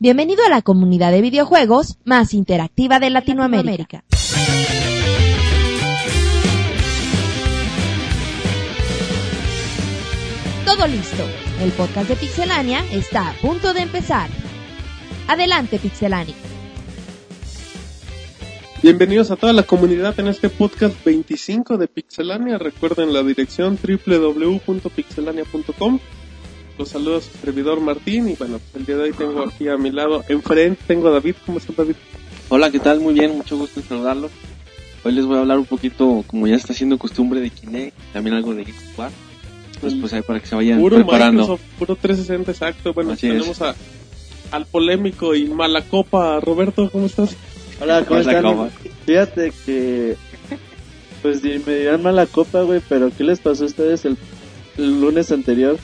Bienvenido a la comunidad de videojuegos más interactiva de Latinoamérica. Todo listo. El podcast de Pixelania está a punto de empezar. Adelante, Pixelani. Bienvenidos a toda la comunidad en este podcast 25 de Pixelania. Recuerden la dirección www.pixelania.com. Los saludos a su servidor Martín y bueno, pues el día de hoy tengo aquí a mi lado, enfrente tengo a David. ¿Cómo estás David? Hola, ¿qué tal? Muy bien, mucho gusto en saludarlos. Hoy les voy a hablar un poquito, como ya está siendo costumbre, de Kinect, también algo de Geek Squad. Pues, pues ahí para que se vayan Puro preparando. Microsoft, puro 360, exacto. Bueno, Así tenemos a, al polémico y mala copa Roberto. ¿Cómo estás? Hola, ¿cómo Pues la están? copa. Fíjate que. Pues di- me dieron mala copa, güey, pero ¿qué les pasó a ustedes el, el lunes anterior?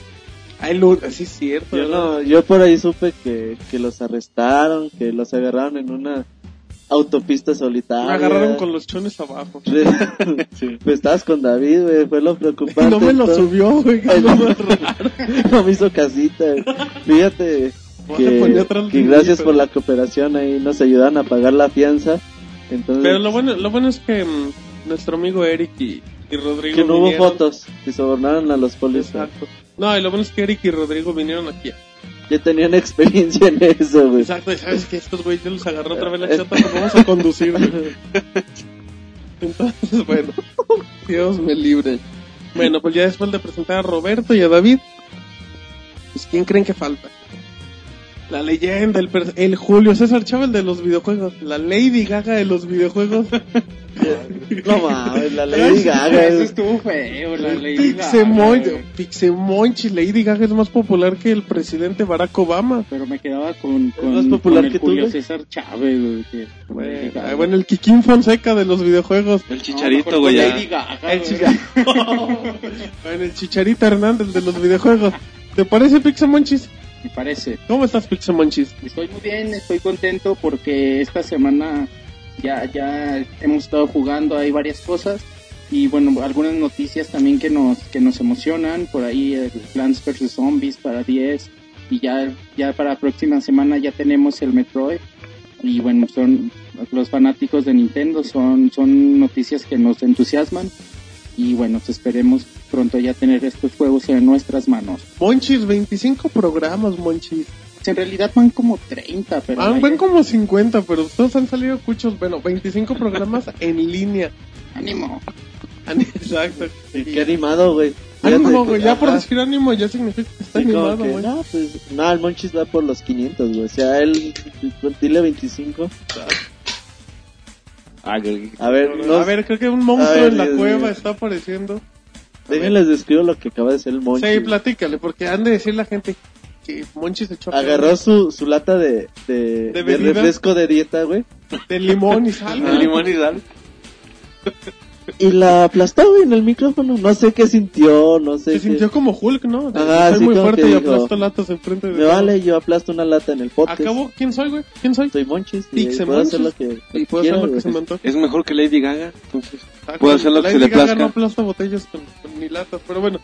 Ay, Lur, sí es cierto. Yo, ¿verdad? no, yo por ahí supe que, que los arrestaron, que los agarraron en una autopista solitaria. Me agarraron con los chones abajo. Re- Sí. Pues estabas con David, güey, fue lo preocupante. No me lo entonces- subió, güey. Ay, no no. me arruinó. no me hizo casita. güey. Fíjate Voy a poner que, atrás que de mí, gracias pero- por la cooperación ahí, nos ayudaron a pagar la fianza. Entonces, Pero lo bueno, lo bueno es que mm, nuestro amigo Eric y, y Rodrigo. que no hubo vinieron. fotos, que sobornaron a los policías. Exacto. No, y lo bueno es que Eric y Rodrigo vinieron aquí. Ya tenían experiencia en eso, güey. Exacto, y sabes que estos güeyes los agarró otra vez la chata, nos vamos a conducir, güey. Entonces, bueno, Dios me libre. Bueno, pues ya después de presentar a Roberto y a David, pues ¿quién creen que falta? La leyenda, el, pers- el Julio César Chávez de los videojuegos, la Lady Gaga de los videojuegos, No mames, la Lady Gaga. Eso güey. estuvo feo, la ley. Pixemoy, Pixemonchi, Lady Gaga es más popular que el presidente Barack Obama. Pero me quedaba con, con, más popular con el que tú, Julio güey. César Chávez, güey. que- Bueno, Lady Gaga. ah, bueno, el Kikín Fonseca de los videojuegos. El No, chicharito, mejor güey. con ya. Lady Gaga, El güey. Chicharito. bueno, el Chicharito Hernández de los videojuegos. ¿Te parece Pixamonchis? Me parece. ¿Cómo estás Pixamonchis? Estoy muy bien, estoy contento porque esta semana ya, ya hemos estado jugando, hay varias cosas. Y bueno, algunas noticias también que nos, que nos emocionan. Por ahí el Plants vs. Zombies para 10. Y ya, ya para la próxima semana ya tenemos el Metroid. Y bueno, son los fanáticos de Nintendo, son, son noticias que nos entusiasman. Y bueno, pues esperemos pronto ya tener estos juegos en nuestras manos. Monchis, 25 programas, Monchis. En realidad van como 30, pero... Ah, ahí- ven como 50, pero todos han salido cuchos. Bueno, 25 programas en línea. Ah, ánimo. Exacto. Qué animado, güey. Fíjate Ánimo, que- Ah, güey. Ya por ajá. decir ánimo ya significa que está Sí, como animado, que, güey. no, pues, no, el Monchis va por los 500, güey. O sea, él, dile 25. Ah, que- A ver, no, A ver, creo que un monstruo ver, en la Dios cueva mío. está apareciendo. déjenles describo lo que acaba de hacer el Monchis. Sí, platícale, porque han de decir la gente que Monchis se echó a Agarró su, su lata de, de, ¿De de bebida? refresco de dieta, güey. de limón y sal. El limón y sal. Y la aplastó, güey, en el micrófono. No sé qué sintió, no sé Se qué. sintió como Hulk, ¿no? De- Ajá, soy sí, muy como fuerte que y dijo, aplasto latas enfrente de Me vale, yo aplasto una lata en el podcast. Acabo, ¿quién soy, güey? ¿Quién soy? Soy Monchis y Pixel puedo hacer lo Monchis. que, Y puedo hacer quiera, lo que güey. se me antoje. Es mejor que Lady Gaga, entonces. Ah, Puedo con- hacer lo que Lady se le Gaga plazca. no aplasta botellas con, con- ni latas, pero bueno.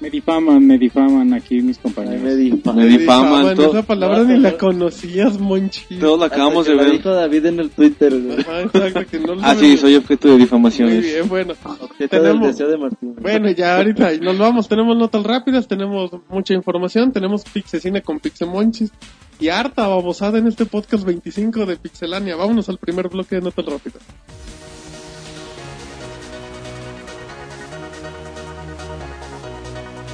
Me difaman, me difaman aquí mis Ay, compañeros. me dijo. Me difaman, Bueno, todo. Esa palabra No, ni la no. conocías, Monchi. Todos lo acabamos Hasta de que la ver. dijo David en el Twitter, güey. Ajá, exacto, que no lo Ah, sí, sabemos. soy objeto de Muy difamaciones. bien, bueno. Objeto del Tenemos... deseo de Martín. Bueno, ya ahorita nos vamos. Tenemos notas rápidas, tenemos mucha información, tenemos Pixecine con Pixemonchis y harta babosada en este podcast 25 de Pixelania. Vámonos al primer bloque de notas rápidas.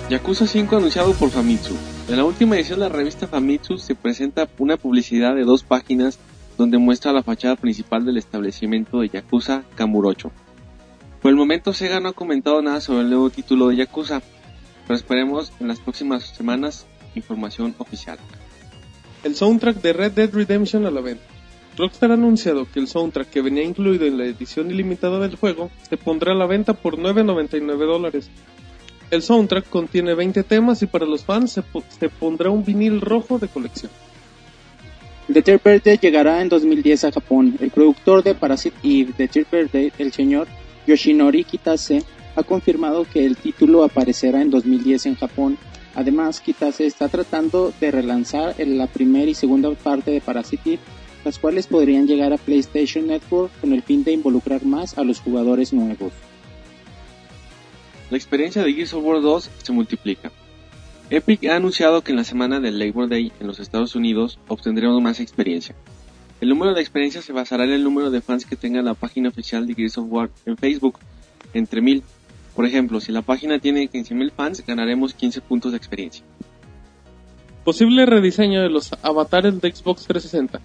Yakuza 5 anunciado por Famitsu. En la última edición de la revista Famitsu se presenta una publicidad de dos páginas donde muestra la fachada principal del establecimiento de Yakuza Kamurocho. Por el momento Sega no ha comentado nada sobre el nuevo título de Yakuza, pero esperemos en las próximas semanas información oficial. El soundtrack de Red Dead Redemption a la venta. Rockstar ha anunciado que el soundtrack que venía incluido en la edición ilimitada del juego se pondrá a la venta por 9.99 dólares. El soundtrack contiene 20 temas y para los fans se, po- se pondrá un vinil rojo de colección. The Third Birthday llegará en 2010 a Japón. El productor de Parasite y The Third Birthday, el señor Yoshinori Kitase, ha confirmado que el título aparecerá en 2010 en Japón Además, Kitase está tratando de relanzar en la primera y segunda parte de Parasite, las cuales podrían llegar a PlayStation Network con el fin de involucrar más a los jugadores nuevos. La experiencia de Gears of War 2 se multiplica. Epic ha anunciado que en la semana del Labor Day en los Estados Unidos obtendremos más experiencia. El número de experiencias se basará en el número de fans que tenga la página oficial de Gears of War en Facebook, entre 1000. Por ejemplo, si la página tiene 15.000 fans, ganaremos 15 puntos de experiencia. Posible rediseño de los avatares de Xbox 360.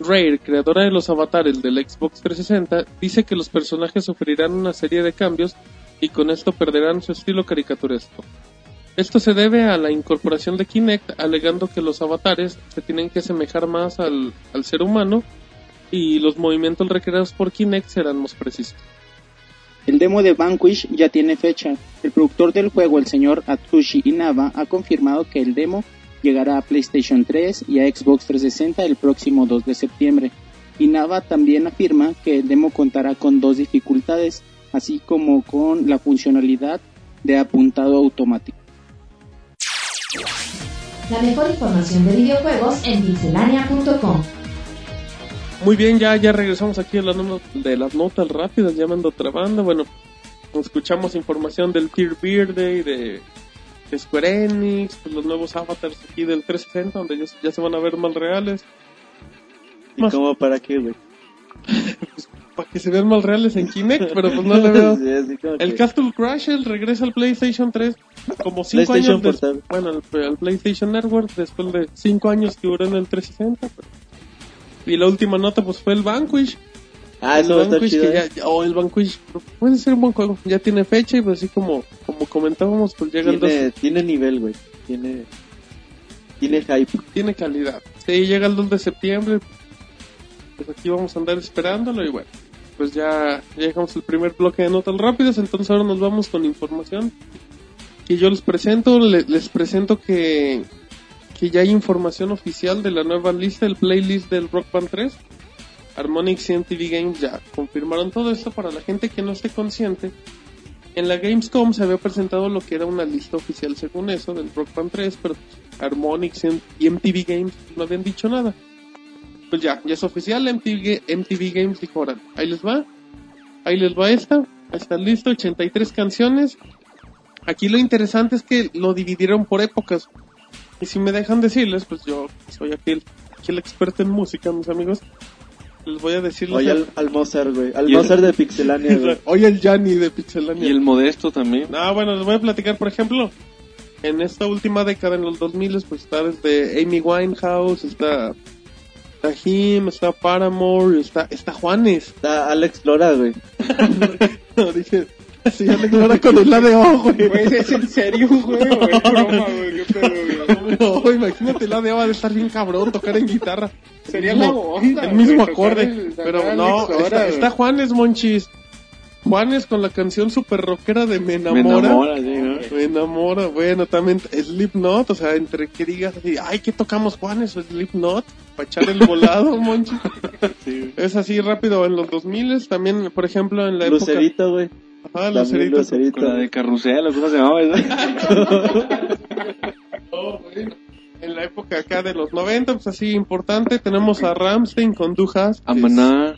Rare, creadora de los avatares del Xbox 360, dice que los personajes sufrirán una serie de cambios y con esto perderán su estilo caricaturesco. Esto se debe a la incorporación de Kinect, alegando que los avatares se tienen que asemejar más al, al ser humano y los movimientos recreados por Kinect serán más precisos. El demo de Vanquish ya tiene fecha. El productor del juego, el señor Atsushi Inaba, ha confirmado que el demo llegará a PlayStation 3 y a Xbox 360 el próximo 2 de septiembre. Inaba también afirma que el demo contará con dos dificultades, así como con la funcionalidad de apuntado automático. La mejor información de videojuegos en pixelania.com. Muy bien, ya, ya regresamos aquí de, la no- de las notas rápidas, llamando a otra banda. Bueno, escuchamos información del Tier Verde y de, de Square Enix, pues, los nuevos avatars aquí del 360, donde ya, se- ya se van a ver más reales. ¿Y Más- cómo para qué, güey? Para que se vean más reales en Kinect, pero pues no le veo. Sí, así como El que- Castle Crashel regresa al PlayStation 3 como 5 PlayStation años des- Portable. bueno, al, al PlayStation Network después de 5 años que duró en el 360. pero- Y la última nota pues fue el Vanquish. Ah, eso el va a estar Vanquish chido. que ya- ya- oh, el Vanquish puede ser un buen juego. Ya tiene fecha y pues así como como comentábamos pues llega el 2 Tiene, tiene nivel, güey. Tiene, tiene hype. tiene calidad. Sí, llega el 2 de septiembre. Pues aquí vamos a andar esperándolo y bueno, pues ya, ya dejamos el primer bloque de notas rápidas, entonces ahora nos vamos con información que yo les presento, le- les presento que, que ya hay información oficial de la nueva lista, el playlist del Rock Band 3. Harmonic CMTV Games ya confirmaron todo esto para la gente que no esté consciente. En la Gamescom se había presentado lo que era una lista oficial según eso del Rock Band 3, pero Harmonix en- y MTV Games no habían dicho nada. Pues ya, ya es oficial, MTV, MTV Games dijo, "Órale, ahí les va, ahí les va esta, ahí está listo, 83 canciones. Aquí lo interesante es que lo dividieron por épocas. Y si me dejan decirles, pues yo soy aquel, aquel experto en música, mis amigos. Les voy a decirles... Oye, al, al Mozart, güey. Al Y el- Mozart de Pixelania, güey. Oye el Yanni de Pixelania. Y el modesto también. Ah, bueno, les voy a platicar, por ejemplo, en esta última década, en los 2000, pues está desde Amy Winehouse, está, está Him, está Paramore, está, está Juanes. Está Alex Lora, güey. No, dije, sí, ya le ignora con el ADO, güey. Pues es en serio, güey, o es broma, güey, qué pedo, güey. No, imagínate, el ADO va a estar bien cabrón tocar en guitarra. Sería El la mismo- onda. El güey, mismo tocar acorde, el- tocar pero Alex no, Lora, está, güey. está Juanes, Monchis. Juanes con la canción super rockera de Me Me Enamora. enamora, sí, ¿no? Me enamora, bueno, también Slipknot, o sea, entre que digas así, ay, ¿qué tocamos, Juanes? o Slipknot, para echar el volado, monchi. Es así rápido, en los 2000 también, por ejemplo, en la Lucerito, güey. época... Ah, También Lucerito. Lucerito. Con la de carrusel, ¿o ¿cómo se llamaba esa? Oh, bueno. En la época acá de los 90, pues así importante, tenemos a Ramstein con Dujas. Amaná,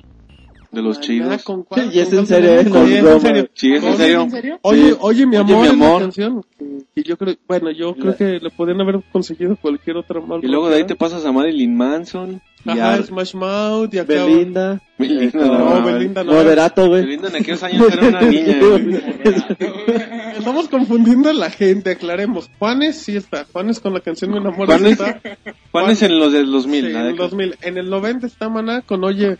de los Maná chidos. con Juan- Y es con en serio, Juan- ¿eh? No Sí, es es en broma. serio. Sí, es en serio. ¿En serio? Oye, Sí. oye, mi Oye, mi amor, es la amor. canción que- que yo creo, bueno, yo creo que le podían haber conseguido cualquier otra mal Y luego de ahí rockera. te pasas a Marilyn Manson. Y Ajá, a Smash Mouth y acá. Belinda. Belinda, Eh, No, No, Belinda no. Moderato, güey. Belinda en aquellos años era una niña, güey. Estamos confundiendo a la gente, aclaremos. Juanes sí está. Juanes con la canción Me enamoro Juanes- está. ¿Cuál es en los del Sí, 2000? en la el década? 2000. En el 90 está Maná con Oye,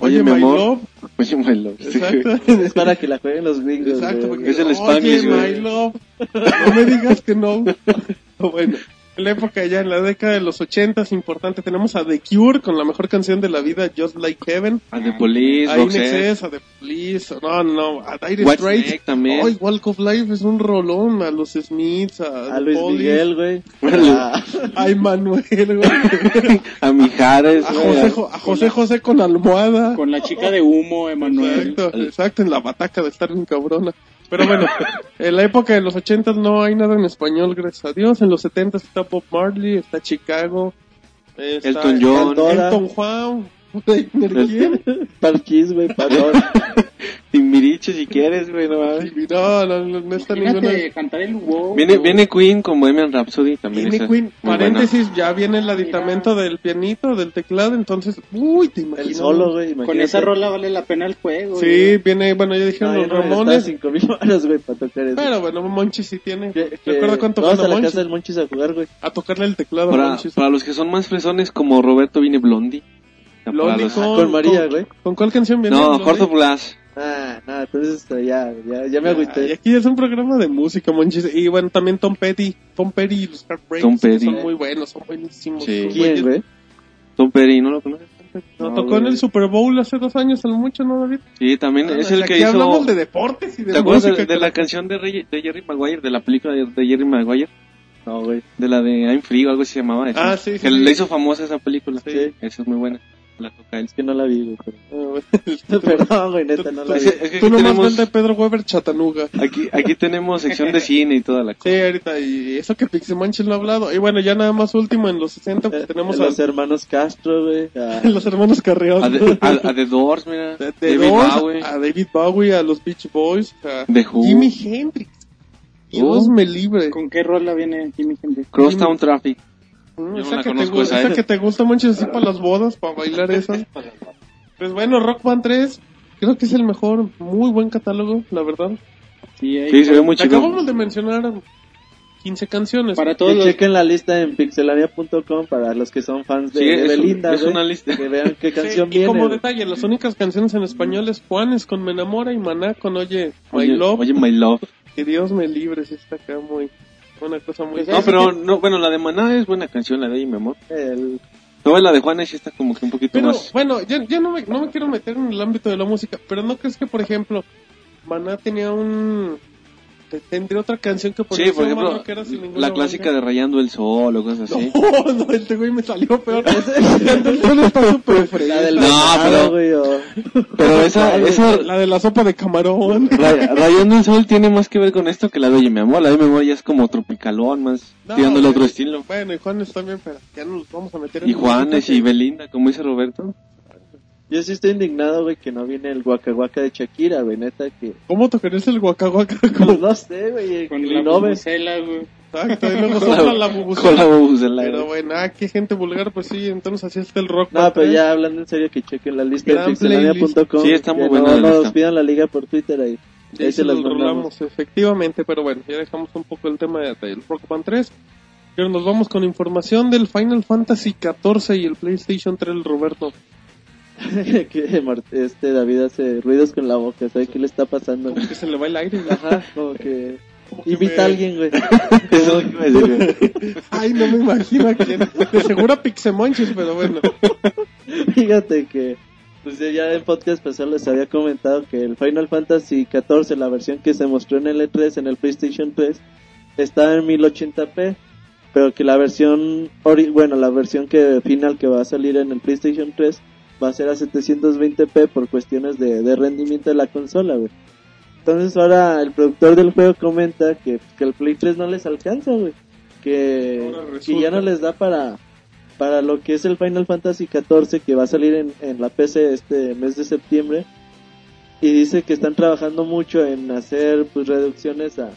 Oye, Oye, mi My amor. Love. Oye, bueno, sí. Exacto. Es para que la jueguen los gringos, Exacto, güey. porque Es el Oye, Spanish, güey. My Love. No me digas que no. bueno, en la época ya, en la década de los 80 es importante. Tenemos a The Cure con la mejor canción de la vida, Just Like Heaven. A The Police, A In Roxette, Excess, a The Police. No, no, a Dire Straits. Whitesnake también. Ay, Walk of Life es un rolón. A los Smiths, a, A The Luis Police. Miguel, güey. Bueno, A- A Emanuel, güey. A Mijares, A güey, Ah, José, Jo- a José José con almohada. Con la chica de humo, Emanuel. Exacto, exacto, en la bataca de estar bien cabrona. Pero bueno, en la época de los 80 no hay nada en español, gracias a Dios. En los 70 está Bob Marley, está Chicago, está Elton John. Elton Juan, Reiner, ¿quién? Parquís, güey, Pandora. Timbiriche si quieres, güey, no mames. No, no, no, no está ninguna. Imagínate cantar el wow. Viene, viene Queen con Bohemian Rhapsody también. Tiene esa- Queen, muy buena. paréntesis, ya viene el aditamento del pianito, del teclado, entonces, uy, te imagino. El solo, güey, imagínate. Con esa rola vale la pena el juego. ¿eh? Sí, viene, bueno, ya No, dijeron yo los no gastaba Ramones, cinco mil baros, güey, para tocar eso. pero bueno, Monchi sí tiene. Que- que Recuerda cuánto Vamos gana a la Monchis. casa del Monchis a jugar, güey. A tocarle el teclado a Para, Monchi. para los que son más fresones, como Roberto, viene Blondie. O sea, para Blondie los- con- Ah, con María, con- güey. ¿Con cuál canción viene? No, Blondie? Corto Blast. Ah, no, entonces este, ya, ya, ya me Ah, Y agüité. aquí es un programa de música, Monchis. Y bueno, también Tom Petty. Tom Petty y los Heartbreakers. Tom que Petty. Son muy buenos, son buenísimos. Sí. Son ¿Quién, güeyes- güey? Tom Petty, ¿no lo conoces? No, No, tocó güey. en el Super Bowl hace dos años, al mucho, ¿no, David? Sí, también es el Ah, aquí que hizo... hablamos de deportes y de ¿Te acuerdas música. de, de la canción de, Rey- de Jerry Maguire, de la película de, de Jerry Maguire? No, güey. De la de I'm Free o algo así se llamaba. esa. Ah, sí, sí, Que sí. le hizo famosa esa película. Sí. Esa es muy buena. La toca él. Es que no la vi, güey. pero- Ah, güey. Perdón, güey, neta, no la Es vi. que- es que Tú aquí nomás tenemos- ves de Pedro Weber Chatanuga. Aquí, aquí tenemos sección de cine y toda la cosa. Sí, ahorita, y eso que Pixemanchel no ha hablado. Y bueno, ya nada más último, en los 60 pues, tenemos a a Eh, los hermanos Castro, güey. a- los hermanos Carrión. A, de- a- a The Doors, mira. De- de David Doors, Bowie. a David Bowie, a los Beach Boys, a The Who. Jimi Hendrix. Dios Uh. me libre. ¿Con qué rola viene Jimmy Hendrix? Crosstown Traffic. Mm, yo no esa, la que te, conozco gu- esa, esa ¿eh? que te gusta mucho así para las bodas, para bailar esa. Pues bueno, Rock Band 3, creo que es el mejor, muy buen catálogo, la verdad. Sí, ahí- Sí, se ve muy chido. Acabamos de mencionar 15 canciones. Para todos Que los... chequen la lista en pixelania.com para los que son fans de, Sí, de es, un- Belinda, es güey. una lista. Que vean qué Sí, canción y viene. como güey. detalle, las únicas canciones en español es Juanes con Me Enamora y Maná con Oye My Oye, Love. Pues oye, My Love. Que Dios me libre, si está acá muy. Una cosa muy. Pues No, pero no, bueno, la de Maná es buena canción, la de Oye, mi amor. El- No, la de Juanes sí está como que un poquito Pero, más. bueno, ya, ya no, me, no me quiero meter en el ámbito de la música, pero ¿no crees que, por ejemplo, Maná tenía un. te- Tendría otra canción que podría Sí, por ser más ejemplo, rockera sin ninguna la clásica bronca? de Rayando el Sol o cosas así. No, no, este güey me salió peor. Entonces, no está súper la del fregada. No, venado, pero- güey. o- Pero esa, esa La de la sopa de camarón. Ray- Rayando el Sol tiene más que ver con esto que la de Oye, mi amor. La de Oye, mi amor ya es como tropicalón, más No, tirando el güey. otro estilo. Bueno, y Juanes también, pero ya no nos vamos a meter en Y Juanes música y que- Belinda, como dice Roberto. Yo sí estoy indignado, güey, que no viene el Waka Waka de Shakira, güey. Neta que... ¿Cómo tocarías el guacaguaca Pues con no sé, güey. eh, Con que la no ves. bubucela, güey. Exacto, y luego sopla la Con la bubucela. bubucela, eh. Pero güey. bueno, ah, qué gente vulgar, pues sí, entonces así está el rock. No, band, pero ¿eh? ya hablando en serio, que chequen la lista Gran de pixelania.com. Sí, está muy que buena No, la no, lista. pidan la liga por Twitter ahí. Sí, ahí sí, se las nos mandamos. rolamos, efectivamente, pero bueno, ya dejamos un poco el tema de- del Rock Band 3. Pero nos vamos con información del Final Fantasy 14 y el PlayStation 3, el Roberto. que Mar- este David hace ruidos con la boca. ¿Sabe qué le está pasando? Como que se le va el aire. güey. Ajá, como que... Como que Invita me- a alguien, güey. Eso es lo que iba a decir, eh. güey. Ay, no me imagino a quién. De seguro a Pixemonches, pero bueno. Fíjate que pues yo ya en podcast pasado les había comentado que el Final Fantasy XIV, la versión que se mostró en el E3, en el PlayStation 3, estaba en 1080p, pero que la versión, ori- bueno, la versión que final que va a salir en el PlayStation 3 va a ser a 720p por cuestiones de, de rendimiento de la consola, güey. Entonces ahora el productor del juego comenta que, que el Play 3 no les alcanza, güey. Que, Ahora resulta. que ya no les da para, para lo que es el Final Fantasy XIV que va a salir en, en la PC este mes de septiembre. Y dice que están trabajando mucho en hacer pues reducciones a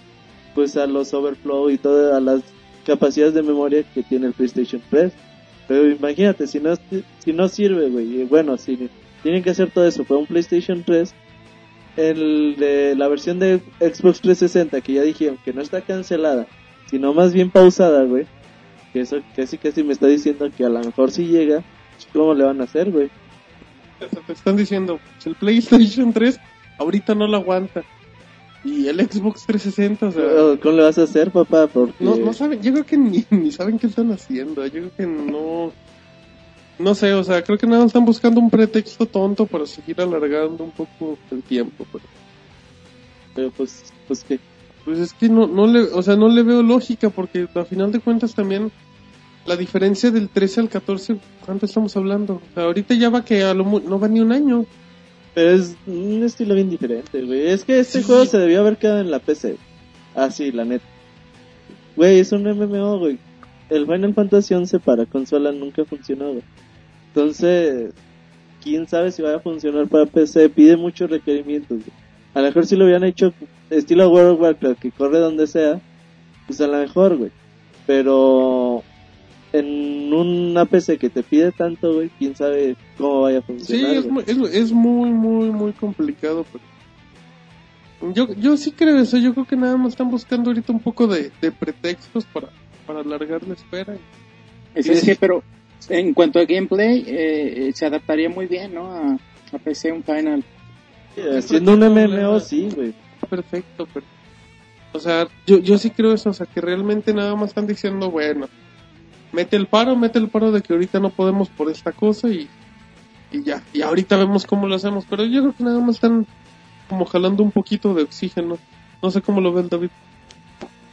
pues a los overflow y todas las capacidades de memoria que tiene el PlayStation 3. Pero imagínate, si no, si no sirve, güey. y Bueno, si tienen que hacer todo eso para un PlayStation 3, el de la versión de Xbox 360, que ya dijeron que no está cancelada, sino más bien pausada, güey. Que eso casi casi me está diciendo que a lo mejor si llega, pues, ¿cómo le van a hacer, güey? O sea, te están diciendo, pues, el PlayStation 3 ahorita no lo aguanta. Y el Xbox 360, o sea, O, ¿Cómo le vas a hacer, papá? Porque... no, no saben, yo creo que ni, ni saben qué están haciendo, yo creo que no... No sé, o sea, creo que nada, más están buscando un pretexto tonto para seguir alargando un poco el tiempo. pero- Pero pues, pues que... Pues es que no, no le, o sea, no le veo lógica porque a final de cuentas también la diferencia del 13 al 14, ¿cuánto estamos hablando? O sea, ahorita ya va que a lo mu- no va ni un año. Pero es un estilo bien diferente, güey. Es que este juego se debió haber quedado en la PC. Ah, sí, la neta. Güey, es un MMO, güey. El Final Fantasy XI para consola nunca funcionó, güey. Entonces, quién sabe si va a funcionar para PC. Pide muchos requerimientos, güey. A lo mejor si lo hubieran hecho estilo World of Warcraft, que corre donde sea, pues a lo mejor, güey. Pero en una PC que te pide tanto, güey, quién sabe cómo vaya a Sí, funcionar. es güey. muy, es, es muy, muy, muy complicado. pero- Yo, yo sí creo eso. Yo creo que nada más están buscando ahorita un poco de, de pretextos para, para alargar la espera. Es, Sí, es sí. que, pero en cuanto a gameplay, eh, eh, se adaptaría muy bien, ¿no? A, a PC, un Final. Haciendo un MMO, sí, güey. Perfecto, pero. O sea, yo, yo sí creo eso. O sea, que realmente nada más están diciendo, bueno, mete el paro, mete el paro de que ahorita no podemos por esta cosa y, y ya. Y ahorita vemos cómo lo hacemos. Pero yo creo que nada más están como jalando un poquito de oxígeno. No sé cómo lo ve el David.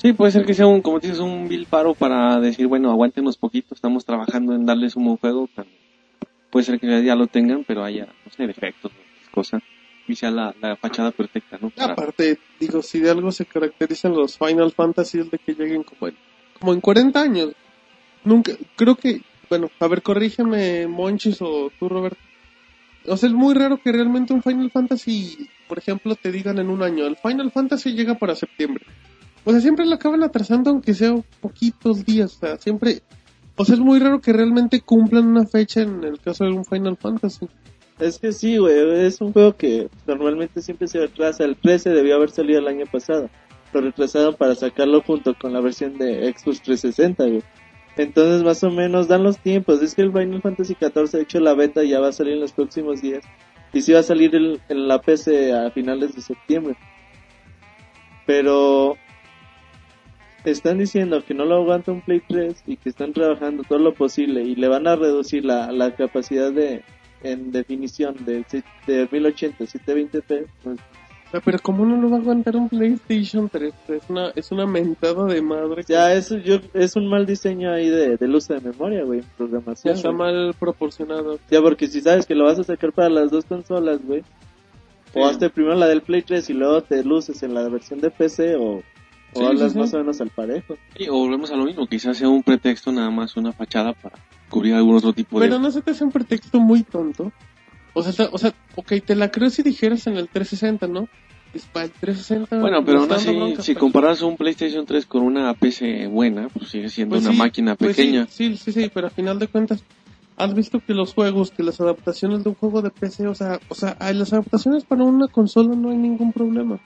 Sí, puede ser que sea un, como dices, un vil paro para decir, bueno, aguántenos poquito, estamos trabajando en darles un buen juego. pero Puede ser que ya lo tengan, pero haya, no sé, defectos, cosas. Y sea la, la fachada perfecta, ¿no? Para- Ah, Aparte, digo, si de algo se caracterizan los Final Fantasy es de que lleguen como en, como en 40 años. Nunca, creo que, bueno, a ver, corrígeme, Monchis o tú, Robert. O sea, es muy raro que realmente un Final Fantasy, por ejemplo, te digan en un año, el Final Fantasy llega para septiembre. O sea, siempre lo acaban atrasando aunque sea poquitos días. O sea, siempre... O sea, es muy raro que realmente cumplan una fecha en el caso de un Final Fantasy. Es que sí, güey, es un juego que normalmente siempre se retrasa. El 13 debió haber salido el año pasado. Lo retrasaron para sacarlo junto con la versión de Xbox 360, güey. Entonces, más o menos, dan los tiempos. Es que el Final Fantasy XIV, de hecho, la beta ya va a salir en los próximos días. Y sí va a salir el- en la PC a finales de septiembre. Pero... Están diciendo que no lo aguanta un Play 3 y que están trabajando todo lo posible y le van a reducir la, la capacidad de, en definición de, si- de 1080 720p, pues, Ah, Pero como no lo va a aguantar un PlayStation 3? Es una, es una mentada de madre. que ya es, yo, es un mal diseño ahí de, del uso de memoria, güey, en ya programación. está güey. mal proporcionado. Ya, porque si sabes que lo vas a sacar para las dos consolas, güey, o Sí. hazte primero la del Play 3 y luego te luces en la versión de PC o, o Sí, hablas sí, sí. más o menos al parejo. Sí, o volvemos a lo mismo, quizás sea un pretexto nada más, una fachada para cubrir algún otro tipo Pero de... no se te hace un pretexto muy tonto. O sea, está- o sea, ok, te la creo si dijeras en el 360, ¿no? Es para el 360. Bueno, pero nos aún está dando así, bronca, si pero- comparas un PlayStation 3 con una PC buena, pues sigue siendo Pues una sí, máquina pues pequeña. sí, sí, sí, sí, pero a final de cuentas, has visto que los juegos, que las adaptaciones de un juego de PC, o sea, o sea, a las adaptaciones para una consola no hay ningún problema.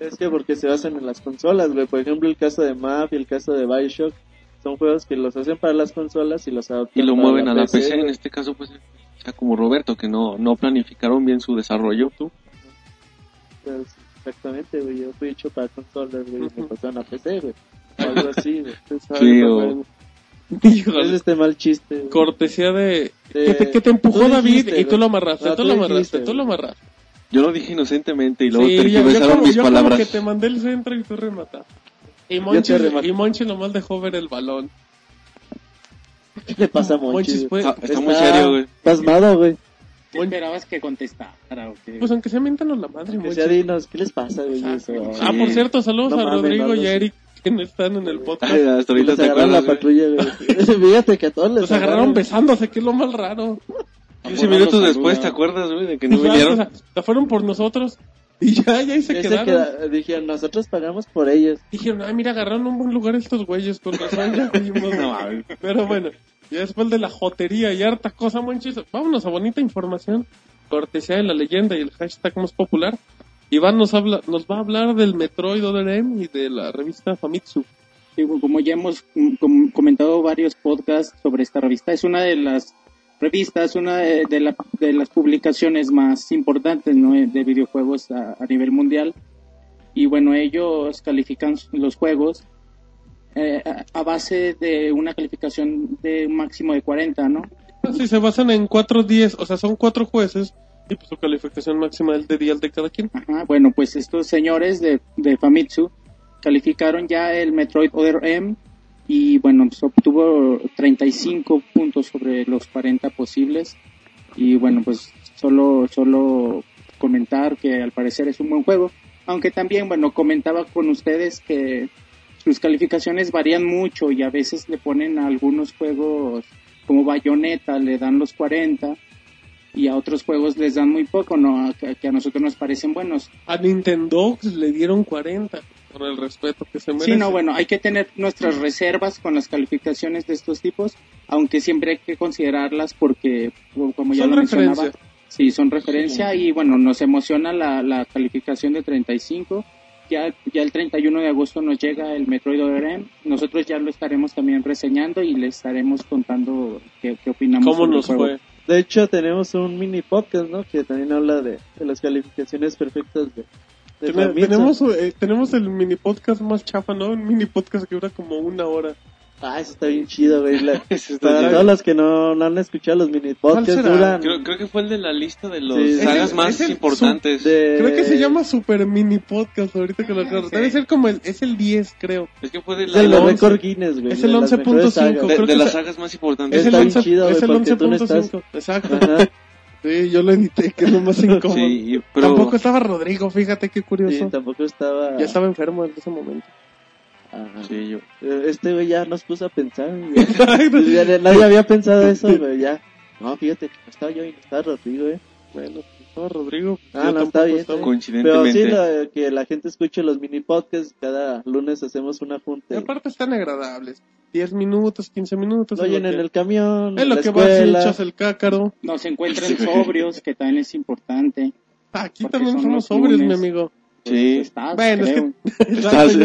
Es que porque se basan en las consolas, güey. Por ejemplo, el caso de MAF y el caso de Bioshock son juegos que los hacen para las consolas y los y adaptan lo para mueven a la PC, güey. en este caso pues o sea, como Roberto que no no planificaron bien su desarrollo tú Pues, exactamente, güey. Yo fui hecho para consolas, güey. y Me Ujú. pasaron a PC, güey. O algo así, güey. Sí, Pero o- bueno. Híjole. Es este mal chiste, güey. cortesía de De- que, te, que te empujó Este, tú David dijiste, y tú lo güey. amarraste, No, tú, tú lo dijiste, amarraste, tú güey. lo amarraste. yo lo dije inocentemente y luego Sí, yo, yo tergiversaron como, mis yo como que palabras te mandé el centro y tú remataste. Y Monchi, te rematé. y Monchi nomás dejó ver el balón. ¿Qué le pasa a Monchi? Monchi güey? fue, está, está muy serio güey Pasmado, güey. ¿Qué esperabas que contestara? o qué? pues aunque sea miéntanos la madre, Que Monchi. sea dinos, ¿qué les pasa, güey? Ah, Eso, Ah, por cierto, saludos No a mames, Ah, Rodrigo no, no y a sé. Eric que no están en el podcast. Ay, hasta Los ahorita te agarraron acuerdas Pues la güey. patrulla, güey. Fíjate que a todos les Los Pues agarraron besándose, que es lo más raro. 15 minutos Saluda. después te acuerdas güey de que no O sea, o vinieron sea, se fueron por nosotros y ya, ya ahí se Ahí se quedaron. queda- Dijeron, nosotros pagamos por ellos. Dijeron, ah, mira, agarraron un buen lugar estos güeyes, con razón ya fuimos. No, a ver. Pero bueno, ya después de la jotería y harta cosa, monchis, vámonos a bonita información, cortesía de la leyenda y el hashtag más popular. Iván nos, habla, nos va a hablar del Metroid Other M y de la revista Famitsu. Digo, como ya hemos mm, com- comentado varios podcasts sobre esta revista, es una de las revistas, una de, de la- de las publicaciones más importantes ¿no? Eh, de videojuegos a, a nivel mundial. Y bueno, ellos califican s- los juegos eh, a, a base de una calificación de un máximo de 40, ¿no? Si se basan en 4-10, o sea, son cuatro jueces y pues su calificación máxima es de 10 de cada quien. Ajá, bueno, pues estos señores de, de Famitsu calificaron ya el Metroid Other M y bueno, pues obtuvo 35 puntos sobre los 40 posibles. Y bueno, pues solo, solo comentar que al parecer es un buen juego. Aunque también, bueno, comentaba con ustedes que sus calificaciones varían mucho y a veces le ponen a algunos juegos como Bayonetta, le dan los 40 y a otros juegos les dan muy poco, ¿no? A- que- que a nosotros nos parecen buenos. A Nintendo le dieron 40 por el respeto que se merece. Sí, no, bueno, hay que tener nuestras reservas con las calificaciones de estos tipos, aunque siempre hay que considerarlas porque, co- como ya Son lo mencionaba, referencia. sí, son referencia y bueno, nos emociona la, la calificación de 35. Ya, ya el 31 de agosto nos llega el Metroid ORM. Nosotros ya lo estaremos también reseñando y le estaremos contando qué, qué opinamos. ¿Cómo sobre el nos juego. fue? De hecho, tenemos un mini podcast, ¿no? Que también habla de, de las calificaciones perfectas de, de Ten- Famitsu. tenemos, eh, tenemos el mini podcast más chafa, ¿no? Un mini podcast que dura como una hora. Ah, eso está bien chido, güey. La- Ese está para chido. todos los que Pues, no, no han escuchado los mini ¿Cuál podcasts, será? duran Creo, creo que fue el de la lista de los Sí, sí. sagas Es el- más es el importantes. de- Creo que se llama Super Mini Podcast ahorita que lo acuerdo. Debe ser como el, es el 10, creo. Es que fue de, Es la- el del de- récord Guinness, güey. Es de el las 11.5. mejores sagas. de, creo que las es- sagas más Es importantes. el, Está bien 11 chido, es el güey, porque tú no 11.5. Exacto. Ajá. Sí, yo lo edité, que es lo más incómodo. Sí, pero Tampoco estaba Rodrigo, fíjate qué curioso. Sí, tampoco estaba... ya estaba enfermo en ese momento. Ajá. Sí, yo- Eh, Este güey ya nos puso a pensar, güey. Pues Ya- ya Nadie había pensado eso, güey, ya. No, fíjate que no estaba yo y no estaba Rodrigo, eh. güey. Bueno, no, Rodrigo. Ah, yo no, tampoco está bien, estaba. está Pero coincidentemente. sí, la- que la gente escuche los mini podcasts. Cada lunes hacemos una Y junta. y- aparte pues, están agradables. 10 minutos, 15 minutos. Lo oyen en el camión, Es en lo la que va, si escuela. echas el cácaro. Nos encuentran sobrios, que también es importante. Aquí Porque también son somos los sobrios, mi lunes. amigo. Sí. Estás, Bueno, es creo. Estás-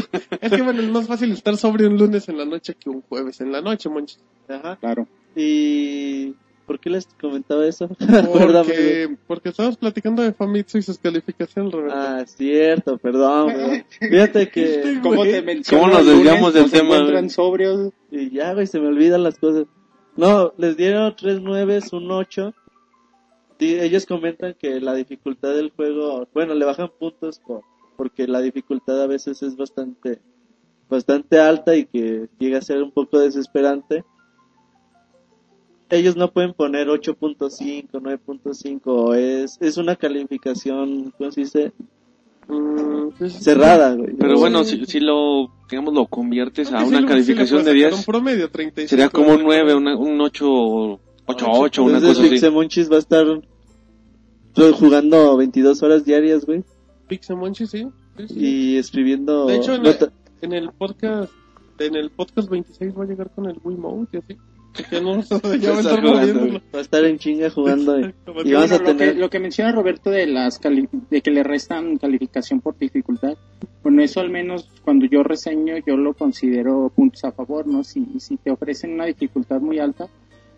es que bueno, es más fácil estar sobrio un lunes en la noche que un jueves en la noche, monchi. Ajá. Claro. Y... ¿Por qué les comentaba eso? Acuérdame, güey. Porque, porque estábamos platicando de Famitsu y sus calificaciones, Roberto. Ah, cierto, perdón. güey. Fíjate que... ¿Cómo te menciono ¿Cómo nos el lunes? desviamos del Nos tema, encuentran güey? sobrios. y ya, güey, se me olvidan las cosas. No, les dieron tres nueves, un ocho. Y ellos comentan que la dificultad del juego... Bueno, le bajan puntos por, porque la dificultad a veces es bastante bastante alta y que llega a ser un poco desesperante. Ellos no pueden poner 8.5, 9.5, es, es una calificación, ¿cómo se dice? Mm, sí, sí. cerrada, güey. Pero Sí. bueno, si, si lo, digamos, lo conviertes a Aunque Ah, una sí le- sí le calificación puedes de sacar 10, Un promedio, 35. sería como un 9, una- un 8, 8, 8, una entonces cosa así. Pixemonchis va a estar pues, jugando 22 horas diarias, güey, Pixemonchi, sí. sí, sí. y escribiendo... De hecho, en no el- ta- En el podcast en el podcast 26 va a llegar con el Wiimote y así. Que Ya no ya va a Estás estar jugando, moviéndolo. va a estar en chinga jugando. güey. Como Y vas tiene- a Bueno, lo, que, tener- lo que menciona Roberto de las cali- de que le restan calificación por dificultad, bueno, eso al menos cuando yo reseño yo lo considero puntos a favor, ¿no? Si, si te ofrecen una dificultad muy alta,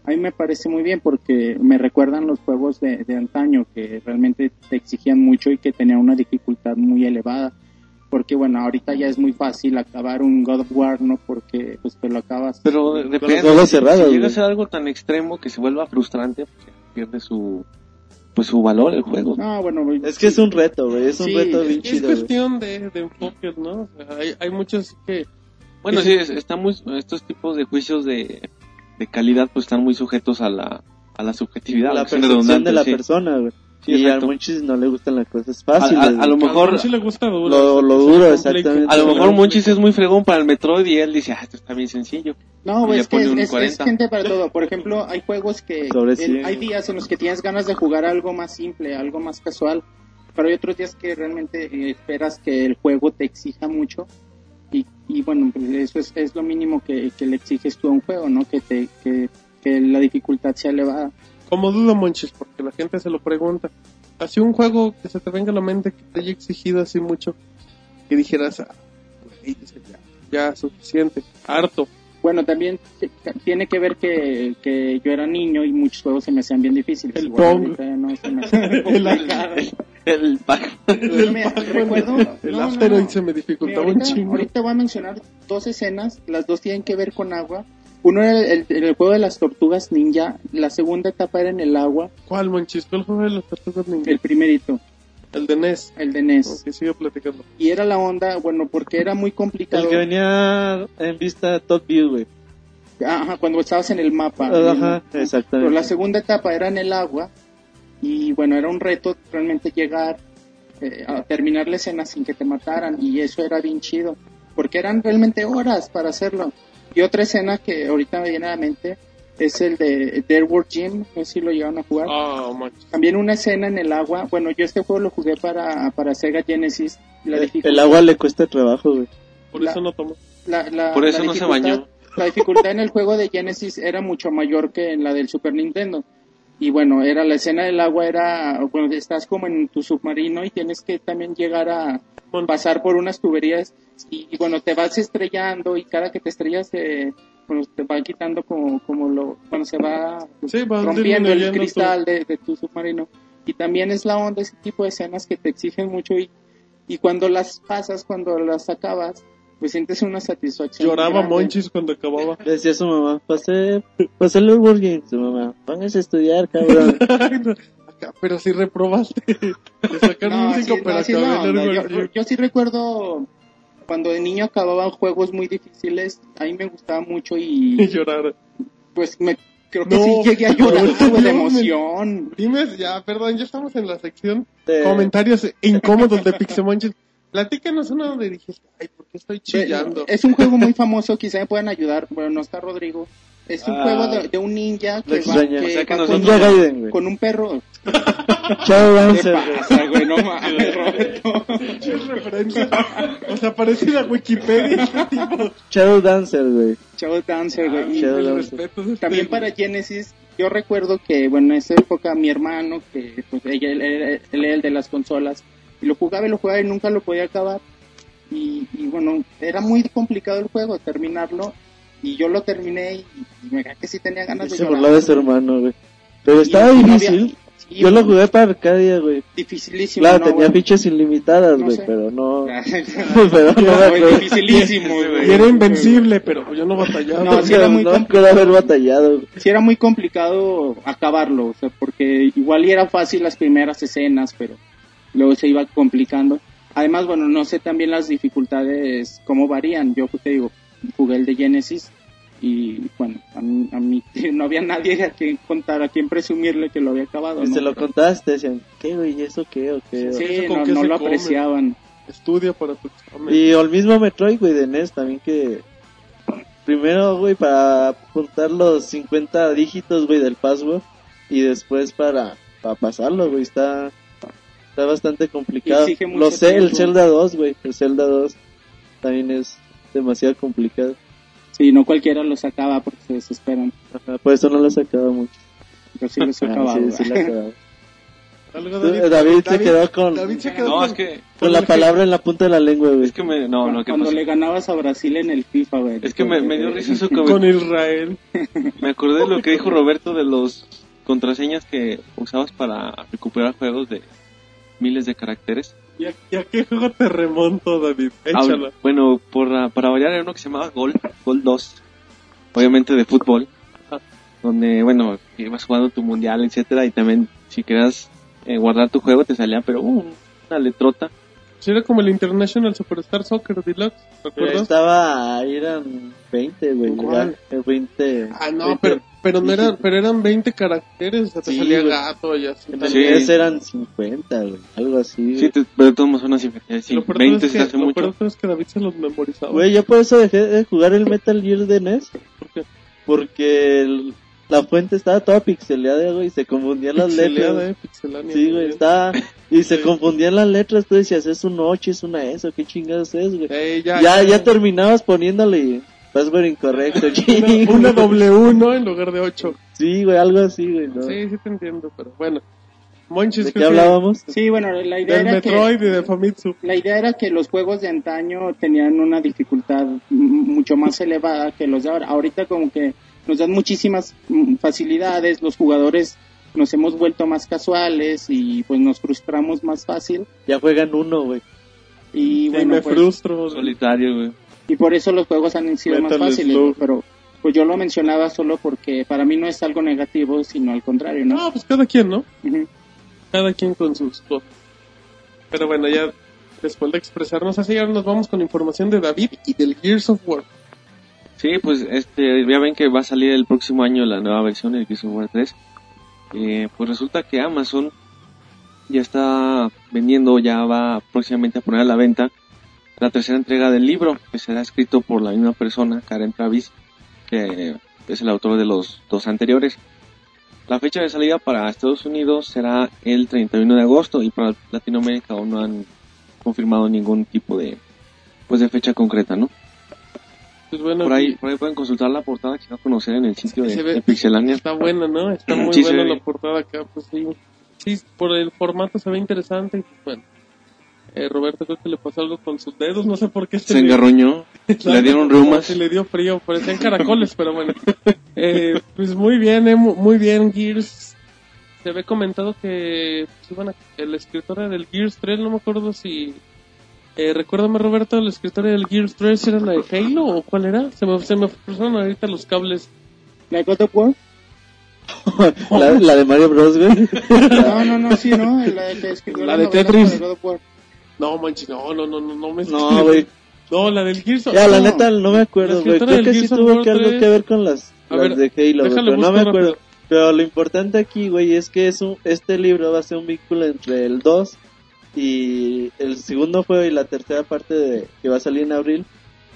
a mí me parece muy bien porque me recuerdan los juegos de, de antaño que realmente te exigían mucho y que tenían una dificultad muy elevada. Porque bueno, ahorita ya es muy fácil acabar un God of War, ¿no? Porque pues te lo acabas. Pero de- depende. ojos si- cerrados, si llega a güey. ser algo tan extremo que se vuelva frustrante, pues, ya pierde su, pues, su valor el juego. No, bueno, Es que es un reto, güey, es un Sí, reto bien Es chido. güey. cuestión de, de enfoques, ¿no? O sea, hay, hay muchos que... Bueno, Sí, sí, es- está muy, estos tipos de juicios de, de calidad pues están muy sujetos a la, a la subjetividad. la aunque suene percepción redundante, de la sí. persona, güey. Sí, y a exacto. Monchis no le gustan las cosas fáciles. A- a- a güey. lo que mejor- A sí le gusta duro. Lo- lo Se duro, complica. exactamente. A lo Sí, mejor Monchis es muy fregón para el Metroid y él dice, ah, esto está bien sencillo. No, Y güey, le es que pone es, un es- es 40. gente para todo. Por ejemplo, hay juegos que Sobre el- cien. hay días en los que tienes ganas de jugar algo más simple, algo más casual, pero hay otros días que realmente eh, esperas que el juego te exija mucho y, y bueno, pues eso es, es lo mínimo que, que le exiges tú a un juego, ¿no? Que, te, que, que la dificultad sea elevada. Como dudo, Monchis, porque la gente se lo pregunta. Así un juego que se te venga a la mente que te haya exigido así mucho. Que dijeras, ah, güey, o sea, ya, ya, suficiente, harto. Bueno, también t- tiene que ver que, que yo era niño y muchos juegos se me hacían bien difíciles. El Igual Pong. ahorita no se me hace complicado. El pack. Me- recuerdo- El no, no, Asteroid no. se me Mira, dificultaba un ahorita, chingo. ahorita voy a mencionar dos escenas, las dos tienen que ver con agua. Uno era el, el- el juego de las tortugas ninja, la segunda etapa era en el agua, ¿Cuál, Monchis? ¿Cuál juego de las tortugas ninja? el primerito, El de NES. el de NES. Que sigue platicando. Y era la onda, bueno, porque era muy complicado. El que venía en vista Top View, güey. Ajá, cuando estabas en el mapa. Ajá, en- exactamente. Pero la segunda etapa era en el agua y bueno, era un reto realmente llegar eh, a terminar la escena sin que te mataran y eso era bien chido, porque eran realmente horas para hacerlo. Y otra escena que ahorita me viene a la mente es el de Deadwood Jim, no sé si lo llegaron a jugar. Ah, manches. También una escena en el agua, bueno, yo este juego lo jugué para, para Sega Genesis. La El, dificultad- el agua le cuesta trabajo, güey. Por La- eso no tomó. la- la- Por eso la no se dificultad- bañó. La dificultad en el juego de Genesis era mucho mayor que en la del Super Nintendo. Y bueno, era la escena del agua, era cuando estás como en tu submarino y tienes que también llegar a Bueno. pasar por unas tuberías y, y bueno, te vas estrellando y cada que te estrellas te, bueno, te van quitando como, como lo, cuando se va Sí, va rompiendo el disminuyendo tu- cristal de, de tu submarino. Y también es la onda ese tipo de escenas que te exigen mucho y, y cuando las pasas, cuando las acabas, pues sientes una satisfacción. Lloraba grande. Monchis cuando acababa. Le decía a su mamá, pasé, pasé el World Game, su mamá. Póngase a estudiar, cabrón. Ay, no. Acá, pero si reprobaste. Le sacaron No, un sí, 5, no, pero sí es acabé la el onda. Ergo yo, Gym. yo sí recuerdo cuando de niño acababa juegos muy difíciles, a mí me gustaba mucho y y llorar. pues me creo que No, sí llegué a llorar no, no, güey, de me- emoción. Dime, ya, perdón, ya estamos en la sección Eh, comentarios incómodos de Pixemonchis. Platícanos uno donde dijiste, ay, ¿por qué estoy chillando? Es un juego muy famoso, quizá me puedan ayudar, bueno, no está Rodrigo. Es un Ah. juego de, de un ninja Lo que va, extraña. que O sea, que va con, Ninja Gaiden, güey. con un perro. Chao, ¿Qué Bouncer, güey. pasa, güey? No mames, Roberto. Muchas referencias. O sea, parece la Wikipedia. ese tipo. Shadow Dancer, güey. Shadow Dancer, güey. Y- Shadow El Dancer. respeto de este- También para Genesis, yo recuerdo que, bueno, en esa época mi hermano, que pues ella- él, él- él era el de las consolas, y lo jugaba y lo jugaba y nunca lo podía acabar. Y, y, bueno, era muy complicado el juego, terminarlo. Y yo lo terminé y, y me que sí tenía ganas de Se llorar. burlaba de su hermano, güey. Pero Y- estaba y no había- difícil. sí, Yo lo jugué para Arcadia, güey. Dificilísimo. Claro, ¿no, tenía güey? fichas ilimitadas, No güey, sé. pero no. Güey, pero no me acuerdo. dificilísimo, güey. Y era invencible, pero pues, yo no batallaba. No, sí era muy no complicado. recuerdo haber batallado. güey. sí era muy complicado acabarlo, o sea, porque igual y era fácil las primeras escenas, pero luego se iba complicando. Además, bueno, no sé también las dificultades, cómo varían. Yo te digo, jugué el de Genesis y, bueno, a mí, a mí no había nadie a quien contar, a quien presumirle que lo había acabado. ¿no? Se lo contaste, decían, ¿qué, güey? ¿Y eso qué o qué? Sí, güey?" ¿Eso con no, qué no se lo come? apreciaban. Estudia para tu examen. Y o el mismo Metroid, güey, de NES también que... Primero, güey, para apuntar los 50 dígitos, güey, del password. Y después para, para pasarlo, güey. Está, está bastante complicado. Exige mucho Lo sé, el tiempo. Zelda 2, güey. El Zelda 2 también es demasiado complicado. Sí, no cualquiera lo sacaba porque se desesperan. Ajá, por Ah, pues eso no lo he sacado mucho. Yo sí los Ah, sacaba. sí, güey. sí lo he acabado. Algo, David, se quedó con, David se quedó No, con- es que, con la palabra en la punta de la lengua, güey. es que me, no, no, ¿qué Cuando pasó? le ganabas a Brasil en el FIFA, güey. Es que me, me dio risa eso que con Israel. Me acordé de lo que dijo Roberto de los contraseñas que usabas para recuperar juegos de miles de caracteres. ¿Y a, y a qué juego te remonto, David? Habla- Échala. Ah, bueno, por la- para variar era uno que se llamaba Gol, Gol 2, obviamente de fútbol, donde, bueno, ibas jugando tu mundial, etcétera, y también si querías eh, guardar tu juego te salía, pero uh, una letrota. Sí, era como el International Superstar Soccer Deluxe, Pero ¿recuerdas? estaba, eran 20, güey. ¿Cuál? era- eh, 20. Ah, no, 20. pero, pero, no eran, pero eran 20 caracteres, o sea, te Sí, salía güey. gato y así. En tal. el Sí. NES eran 50, güey. Algo así. Sí, güey. te- pero de todos modos son así, así, Lo peor 20 es se que, hace lo mucho. peor es que David se los memorizaba. Güey, yo por eso dejé de jugar el Metal Gear de NES. Porque el- la fuente estaba toda pixeleada, güey. Y se confundían las letras. Pixeleada, güey. eh, pixelánea. Sí, güey, estaba. Y se confundían las letras. Tú decías, es un 8, es una E S, o qué chingados es, güey. Eh, ya, Ya, ya, terminabas poniéndole password incorrecto. Una, una W, ¿no? En lugar de 8. Sí, güey, algo así, güey. ¿no? Sí, sí te entiendo, pero bueno. Monchis, ¿De creo qué que- hablábamos? Sí, bueno, la idea Del era que... Metroid y de Famitsu. La idea era que los juegos de antaño tenían una dificultad m- mucho más elevada que los de ahora. Ahorita como que nos dan muchísimas mm, facilidades, los jugadores nos hemos vuelto más casuales y pues nos frustramos más fácil Ya juegan uno, güey. y Y bueno, me pues, frustro. Solitario, güey. y por eso los juegos han sido más Metal fáciles, Slug. ¿no? pero pues yo lo mencionaba solo porque para mí no es algo negativo, sino al contrario, ¿no? No, pues cada quien, ¿no? Ujú. Cada quien con sus cosas. Pero bueno, ya después de expresarnos así, ahora nos vamos con información de David y del Gears of War. Sí, pues este, ya ven que va a salir el próximo año la nueva versión del Gears of War 3. Eh, pues resulta que Amazon ya está vendiendo, ya va próximamente a poner a la venta la tercera entrega del libro, que será escrito por la misma persona, Karen Travis, que es el autor de los dos anteriores. La fecha de salida para Estados Unidos será el 31 de agosto y para Latinoamérica aún no han confirmado ningún tipo de pues de fecha concreta, ¿no? Pues bueno, Por ahí, por ahí pueden consultar la portada que va a conocer en el sitio de, Se ve- de Pixelania. Está buena, ¿no? Está muy Sí, se buena ve. la portada acá, pues sí. Sí, por el formato se ve interesante. y, Bueno, eh, Roberto creo que le pasó algo con sus dedos, no sé por qué Se engarroñó, le dieron Se reumas. le dio frío, parecían caracoles, pero bueno. Eh, pues muy bien, eh, mu- muy bien, Gears. Se había comentado que pues, iban a- el escritor del Gears 3, no me acuerdo si. Eh, recuérdame, Roberto, el escritor del Gears 3 era la de Halo o cuál era? Se me, se me cruzaron ahorita los cables. ¿La God of War? la, la de Mario Bros, güey. No, no, no, sí, no. La de, que escribió La de novela Tetris. para God of War. No, manches, no, no, no, no, no me No, güey. No, la del Gears of Ya, la no. neta, no me La acuerdo, güey. escritora Creo que del sí Gears of tuvo War que algo 3. que ver con las, A las ver, de Halo, güey, pero déjale no me buscar acuerdo. rápido. Pero lo importante aquí, güey, es que es un, este libro va a ser un vínculo entre el 2 y el segundo juego y la tercera parte de, que va a salir en abril.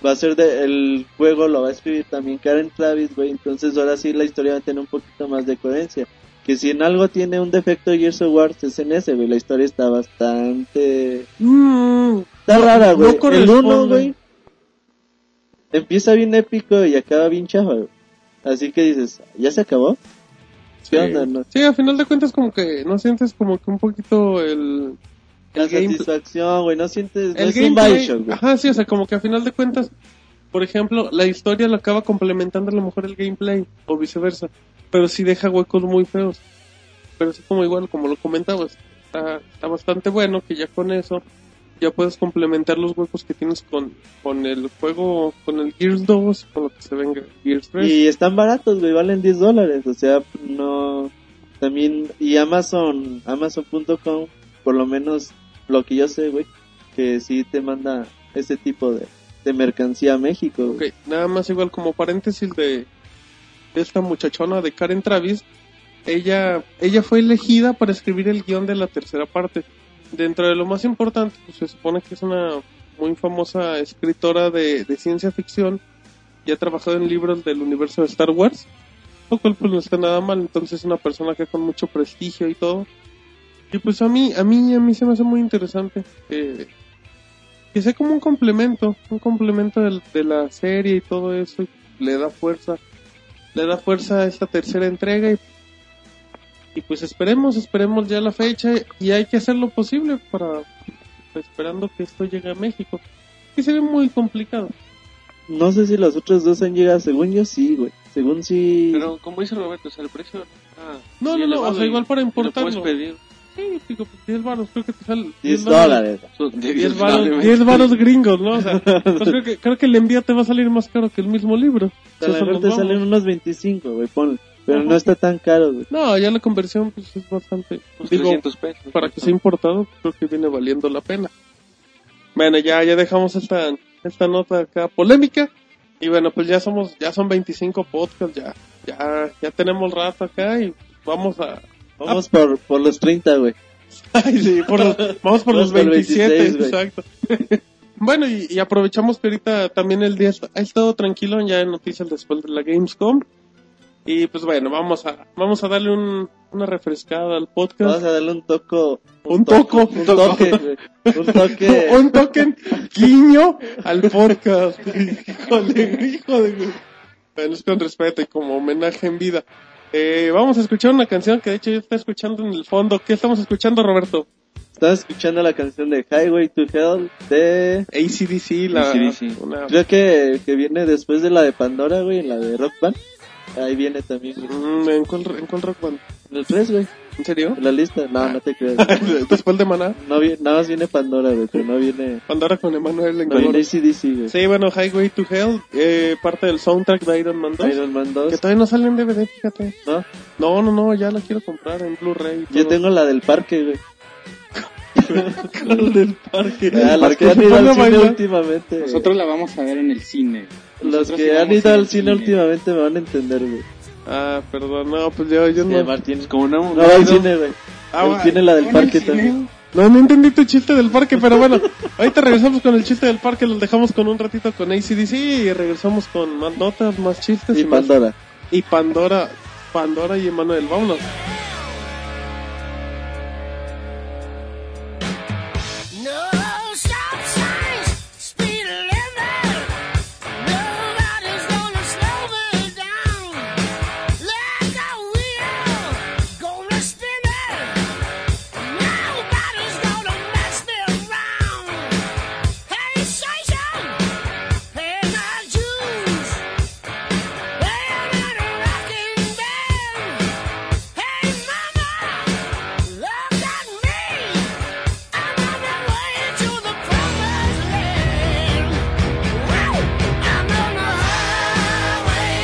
Va a ser de, el juego lo va a escribir también Karen Travis, güey. Entonces ahora sí la historia va a tener un poquito más de coherencia. Que si en algo tiene un defecto Gears of War es en ese, güey. La historia está bastante... Mm, Está rara, no güey. el corresponde. 1, güey. Empieza bien épico y acaba bien chafa, güey. Así que dices, ¿ya se acabó? Sí. ¿Qué onda, no? Sí, a final de cuentas como que no sientes como que un poquito el... La El game- satisfacción, güey. No sientes. no el es un gameplay. Ah, Bioshock, güey. Ajá, sí, o sea, como que a final de cuentas, por ejemplo, la historia lo acaba complementando a lo mejor el gameplay o viceversa, pero sí deja huecos muy feos. Pero sí como igual, como lo comentabas, está, está bastante bueno que ya con eso ya puedes complementar los huecos que tienes con, con el juego, con el Gears 2, con lo que se venga Gears 3. Y están baratos, güey. Valen 10 dólares. O sea, no. También. Y Amazon. Amazon.com. Por lo menos lo que yo sé, güey. Que sí te manda ese tipo de, de mercancía a México, güey. Ok, nada más igual como paréntesis de, de esta muchachona de Karen Travis, ella, ella fue elegida para escribir el guión de la tercera parte. Dentro de lo más importante, pues se supone que es una muy famosa escritora de, de ciencia ficción y ha trabajado en libros del universo de Star Wars, lo cual pues no está nada mal, entonces es una persona que con mucho prestigio y todo. Y pues a mí, a mí, a mí se me hace muy interesante eh, que, que sea como un complemento, un complemento del- de, la serie y todo eso, y le da fuerza, le da fuerza a esta tercera entrega y, y pues esperemos, esperemos ya la fecha y hay que hacer lo posible para esperando que esto llegue a México, que se ve muy complicado. No sé si los otros dos han llegado. Según yo, sí, güey. Según sí. Pero como dice Roberto, o sea, el precio... ah, No, no, no, sí, o elevado sea, y- igual para y lo puedes importarlo. pedir. Sí, digo, pues, 10 baros, creo que te sale 10 varos. dólares. Son de 10 10 varos, dólares. 10 varos gringos, ¿no? O sea, pues, creo, que, creo que el envío te va a salir más caro que el mismo libro. A lo Eso mejor nos te vamos. salen unos 25, güey. Ponle. Pero Ajá. no está tan caro, güey. No, ya la conversión pues es bastante. Unos digo, 300 pesos. para que sea importado, creo que viene valiendo la pena. Bueno, ya, ya dejamos esta, esta nota acá polémica. Y bueno, pues ya somos, ya son 25 podcasts, ya, ya, ya tenemos rato acá y vamos a, Vamos por, por los 30, güey. Ay, sí, por los- vamos por los Vamos por 27, 26, güey. exacto. bueno, y, y aprovechamos que ahorita también el día est- ha estado tranquilo ya en noticias después de la Gamescom. Y pues bueno, vamos a vamos a darle un- una refrescada al Vamos podcast. a darle un toco. Un toco, Un toque, güey. Un toque. Un token guiño al podcast. híjole, híjole. güey. Bueno, es con respeto y como homenaje en vida. Eh, vamos a escuchar una canción que de hecho yo está escuchando en el fondo. ¿Qué estamos escuchando, Roberto? Estás escuchando la canción de Highway to Hell de... ACDC, la, AC/DC. una- Creo que, que viene después de la de Pandora, güey, en la de Rock Band. Ahí viene también, güey. Mm, ¿En cuál, en cuál rock band? En el 3, güey. ¿En serio? En la lista. No, no te creas. Después de Maná, No vi- nada más viene Pandora, güey, pero no viene... Pandora con Emanuel en No viene color. ACDC, güey. Sí, bueno, Highway to Hell, eh, parte del soundtrack de Iron Man 2. Iron Man 2, Que todavía no sale en DVD, fíjate. ¿no? No, no, no, ya la quiero comprar en Blu-ray. y Yo todo. tengo la del parque, güey. Con el parque. Ah, las Para que se han ido ponga al a cine bailar. últimamente. güey. Nosotros la vamos a ver en el cine. Los Nosotros que íbamos han ido al al cine cine. últimamente me van a entender, güey. Ah, perdón, no, pues yo, yo Que no. Martín- Como no, No va al cine, güey. Ah, Él va. tiene la del Con parque el cine, también. No, no entendí tu chiste del parque, pero bueno, ahorita regresamos con el chiste del parque, los dejamos con un ratito con ACDC y regresamos con más notas, más chistes Y más- Pandora. y Pandora, Pandora y Emanuel, vámonos. No stop signs, speed limit. Nobody's gonna slow me down. Like a wheel, gonna spin it. Nobody's gonna mess me around. Hey, Satan, pay my dues. Playing in a rocking band. Hey, mama, look at me. I'm on my way to the promised land. Wow, I'm on the highway to hell.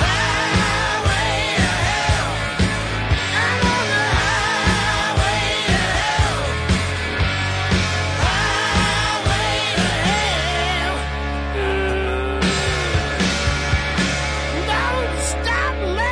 Highway to hell. I'm on the highway to hell. Highway to hell. Don't stop me.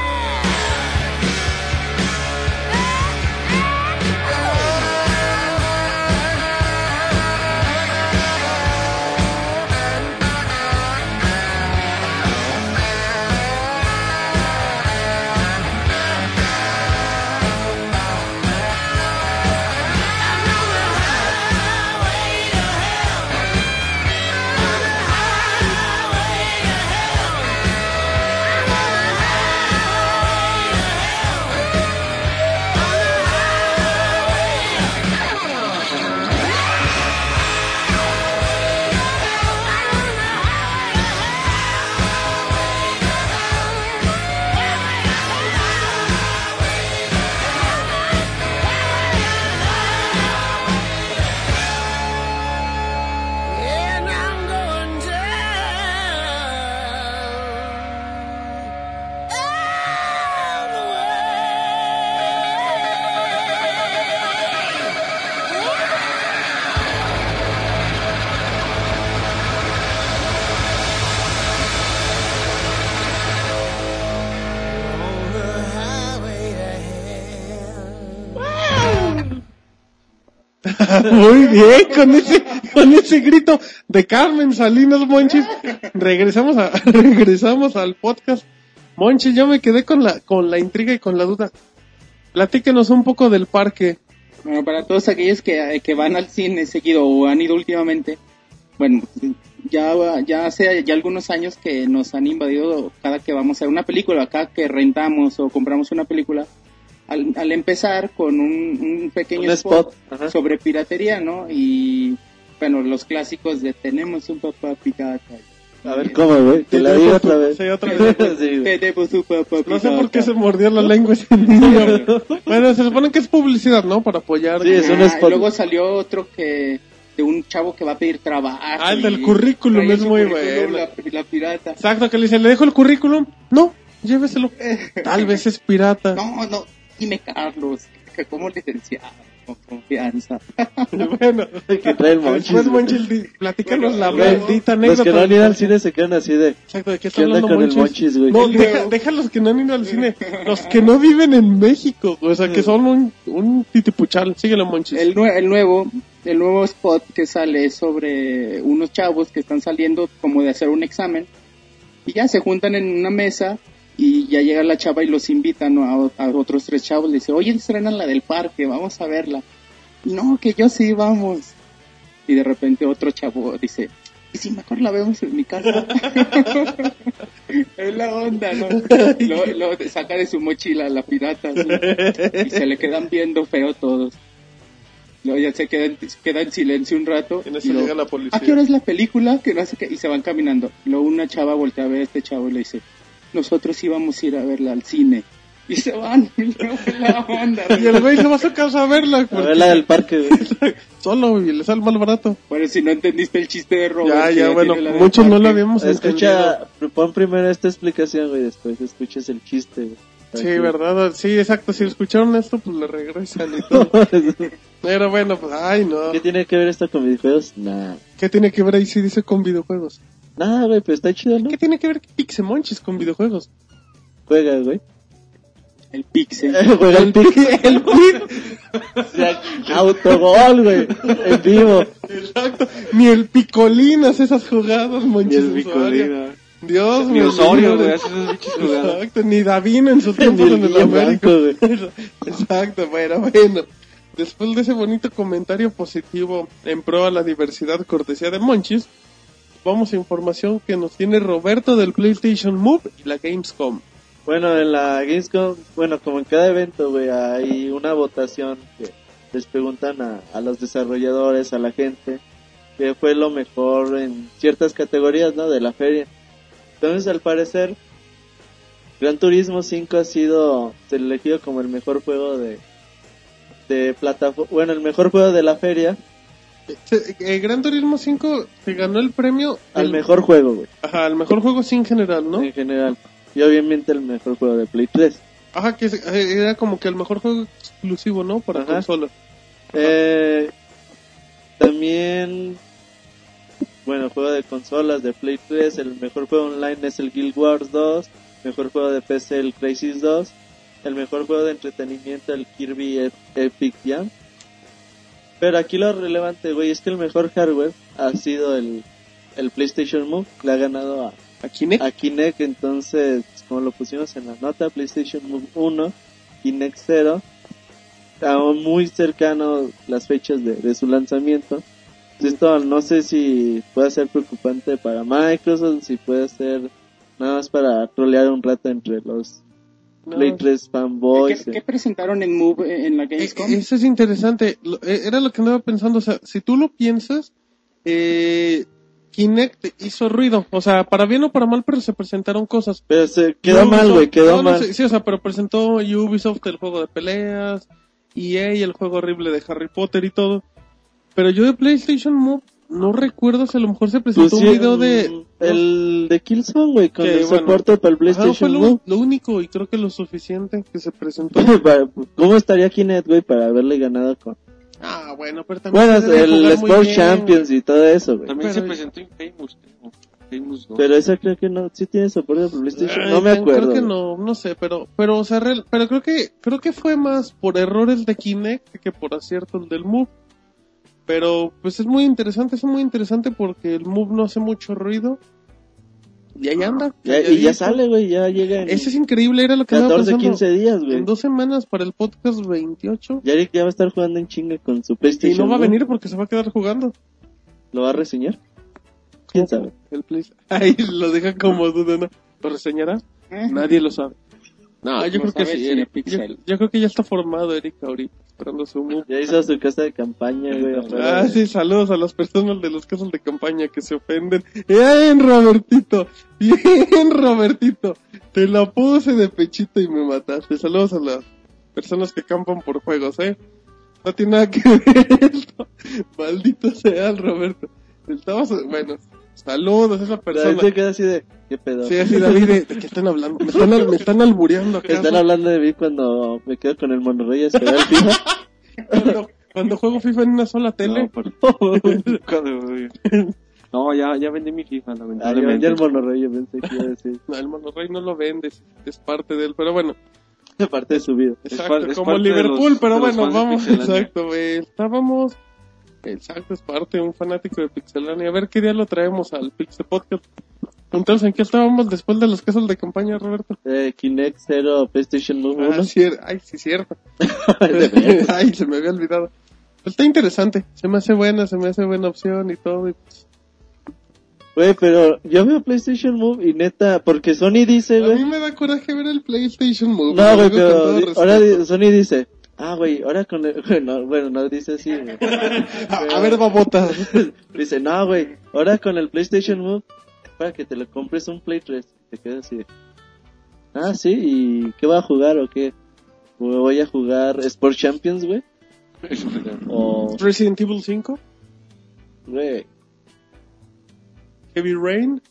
And I'm going down all the way. On the highway to hell. Muy bien, con ese, con ese grito de Carmen Salinas Monchis, regresamos a, regresamos al podcast. Monchis, yo me quedé con la, con la intriga y con la duda. Platíquenos un poco del parque. Bueno, para todos aquellos que, que van al cine seguido o han ido últimamente, bueno, ya, va- ya hace ya algunos años que nos han invadido cada que vamos a ver una película, cada que rentamos o compramos una película, al, al empezar con un, un pequeño Un spot. Ajá. sobre piratería, ¿no? Y bueno, los clásicos de tenemos un papá pirata. A ver cómo, güey. Que la diga otra vez. Sí, otra vez. Sí, güey. Tenemos un papá pirata. No sé por qué se mordió la lengua ese niño. Bueno, se supone que es publicidad, ¿no? Para apoyar. Sí, es un Ah, y spot. luego salió otro que de un chavo que va a pedir trabajo. Ah, el y del currículum, traía es su muy currículum, bueno. La, la pirata. Exacto, que le dice, ¿le dejo el currículum? No, lléveselo. Tal vez es pirata. No, no, dime Carlos, que como licenciado, con confianza. Bueno, Que trae el monchis, después güey. Monchis, di- platícanos la Güey, maldita Los anécdota. que no han ido al cine se quedan así de. Exacto, ¿de qué está ¿Qué onda hablando con el Monchis? monchis, güey? No, deja, deja los que no han ido al cine. Los que no viven en México, o sea, que son un, un titipuchal. Síguelo, Monchis. El, nue- el nuevo, el nuevo spot que sale es sobre unos chavos que están saliendo como de hacer un examen y ya se juntan en una mesa y ya llega la chava y los invitan ¿no? a, o- a otros tres chavos. Le dice, oye, estrenan la del parque, vamos a verla. No, que yo sí, vamos. Y de repente otro chavo dice, y si mejor la vemos en mi casa. es la onda, ¿no? Lo, lo saca de su mochila la pirata. ¿sí? Y se le quedan viendo feo todos. Luego ya se queda en, queda en silencio un rato. En y eso luego, llega la ¿A qué hora policía. es la película? Que no sé qué, y se van caminando. Luego una chava voltea a ver a este chavo y le dice, nosotros íbamos a ir a verla al cine. Y se van, y luego la onda. Y el güey se va a su casa a verla. A ver la del parque, güey. Solo, y le sale mal barato. Bueno, si no entendiste el chiste de Robert. Ya, que ya, tiene bueno, la del muchos no lo parque. habíamos Escucha, entendido. pon primero esta explicación, güey. Después escuchas el chiste, güey. Sí, ¿verdad? Sí, exacto. Si escucharon esto, pues le regresan y todo. Pero bueno, pues, ay, no. ¿Qué tiene que ver esto con videojuegos? Nada. ¿Qué tiene que ver ahí si dice con videojuegos? Nada, güey, pero está chido, ¿no? ¿Qué tiene que ver Pixemonches con videojuegos? Juega, güey. El pixel. Juega el pique. El Autogol, güey. En vivo. Exacto. Ni el Picolín hace esas jugadas, Y Monchis. el Osorio. bicolino. Dios Ni me Osorio, libre. güey, hace esas bichas jugadas. Exacto, ni Davino en su tiempo Ni el en el Guillermo América. Blanco, Exacto, bueno, bueno. Después de ese bonito comentario positivo en pro a la diversidad cortesía de Monchis, vamos a información que nos tiene Roberto del PlayStation Move y la Gamescom. Bueno, en la Gamescom, bueno, como en cada evento, güey, hay una votación que les preguntan a, a los desarrolladores, a la gente, que fue lo mejor en ciertas categorías, ¿no? De la feria. Entonces, al parecer, Gran Turismo 5 ha sido elegido como el mejor juego de, de plataforma, bueno, el mejor juego de la feria, Se- eh, Gran Turismo 5 se ganó el premio al del- mejor juego, güey, Ajá, al mejor juego sin general, ¿no? en general. Y obviamente el mejor juego de Play 3. Ajá, que es- eh, era como que el mejor juego exclusivo, ¿no? Para Ajá. consola. Eh, también, bueno, juego de consolas de Play 3, el mejor juego online es el Guild Wars 2, mejor juego de PC el Crisis 2, el mejor juego de entretenimiento el Kirby Ep- Epic Jam. Pero aquí lo relevante, güey, es que el mejor hardware ha sido el, el PlayStation Move, le ha ganado a, ¿A Kinect? a Kinect, entonces, como lo pusimos en la nota, PlayStation Move 1, Kinect 0, aún muy cercano las fechas de, de su lanzamiento. Esto no sé si puede ser preocupante para Microsoft, si puede ser nada más para trolear un rato entre los No. Play 3 fanboys. eh. ¿Qué, qué presentaron en Move eh, en la Gamescom? Eh, Eso es interesante. Lo- eh, Era lo que andaba pensando. O sea, si tú lo piensas, eh, Kinect hizo ruido. O sea, para bien o para mal, pero se presentaron cosas. Pero se quedó Ubisoft- mal, güey, quedó no, no, mal. sí, sí, o sea, pero presentó Ubisoft el juego de peleas, EA el juego horrible de Harry Potter y todo. Pero yo de PlayStation Move no recuerdo si a lo mejor se presentó un Pusieron video de... Pues mm, El de Killzone, güey, con Que, el bueno, soporte para el Ajá, fue PlayStation lo, Move. lo único y creo que lo suficiente que se presentó. Para- ¿Cómo estaría Kinect, güey, para haberle ganado con ah, bueno, pero también... Bueno, se debe el jugar muy Sport bien. Champions y todo eso, güey. También se Pero- presentó Infamous, creo. Infamous, ¿no? Pero esa creo que no, sí tiene soporte de PlayStation, Ay, no me creo- acuerdo. Creo que güey. no, no sé, pero, pero, o sea, real- pero creo que, creo que fue más por errores de Kinect que por acierto el del Move. Pero, pues es muy interesante, es muy interesante porque el Move no hace mucho ruido. Ah, Y ahí anda. Ya- ahí y ya está. sale, güey, ya llega en Eso es increíble, era lo que andaba 14, pensando. 15 días, güey. en dos semanas para el podcast 28. Yarek ya va a estar jugando en chinga con su PlayStation. Y no va a güey. venir porque se va a quedar jugando. ¿Lo va a reseñar? ¿Quién sabe? El Play- Ahí lo deja como duda, ¿no? ¿Lo reseñará? ¿Eh? Nadie lo sabe. No, Ah, yo no creo que sabe sí. si Eric. de Pixel. Yo, yo creo que ya está formado Eric ahorita, esperando su move. Ya hizo su casa de campaña, güey. afuera, Ah, güey. sí, saludos a las personas de los casos de campaña que se ofenden. Eh, Bien, Robertito, bien, Robertito. Te la puse de pechito y me mataste. Saludos a las personas que campan por juegos, ¿eh? No tiene nada que ver esto. Maldito sea el Roberto. Estabas, bueno, saludos a esa O sea, él persona. se queda así de, ¿qué pedo? Sí, así David, ¿de de qué están hablando? Me están, al- me están albureando acá. Están hablando de mí cuando me quedo con el Monterrey a esperar el FIFA. Cuando, cuando juego FIFA en una sola tele. No, por- Cuando- No, ya, ya vendí mi FIFA, Ah, yo vendí lamentablemente. el Monterrey, yo pensé que iba a decir. No, pues, el Monorrey no lo vendes, es parte de él, pero bueno, Parte de su vida. exacto, par- es como parte de Liverpool, los- pero de los bueno, fans de vamos, Pixelania. exacto, güey, estábamos, exacto, es parte de un fanático de Pixelania, a ver qué día lo traemos al Pixel Podcast. Entonces, ¿en qué estábamos después de los casos de campaña, Roberto? Eh, Kinect 0, PlayStation Move Ah, 1. cier- Ay, sí, cierto. Ay, se me había olvidado. Pues está interesante, se me hace buena, se me hace buena opción y todo. y pues, Güey, pero yo veo PlayStation Move y neta, porque Sony dice, A mí güey. me da coraje ver el PlayStation Move. No, lo güey, digo con pero todo di- ahora respeto. di- Sony dice, ah, güey, ahora con el. güey, no, bueno, no dice así, güey. A, a ver, babotas. Dice, no, güey, ahora con el PlayStation Move, para que te lo compres un Play 3. Te quedas así. de, Ah, sí, ¿y qué va a jugar o qué? ¿Voy a jugar Sport Champions, güey? O. Resident Evil 5, Güey. Heavy Rain.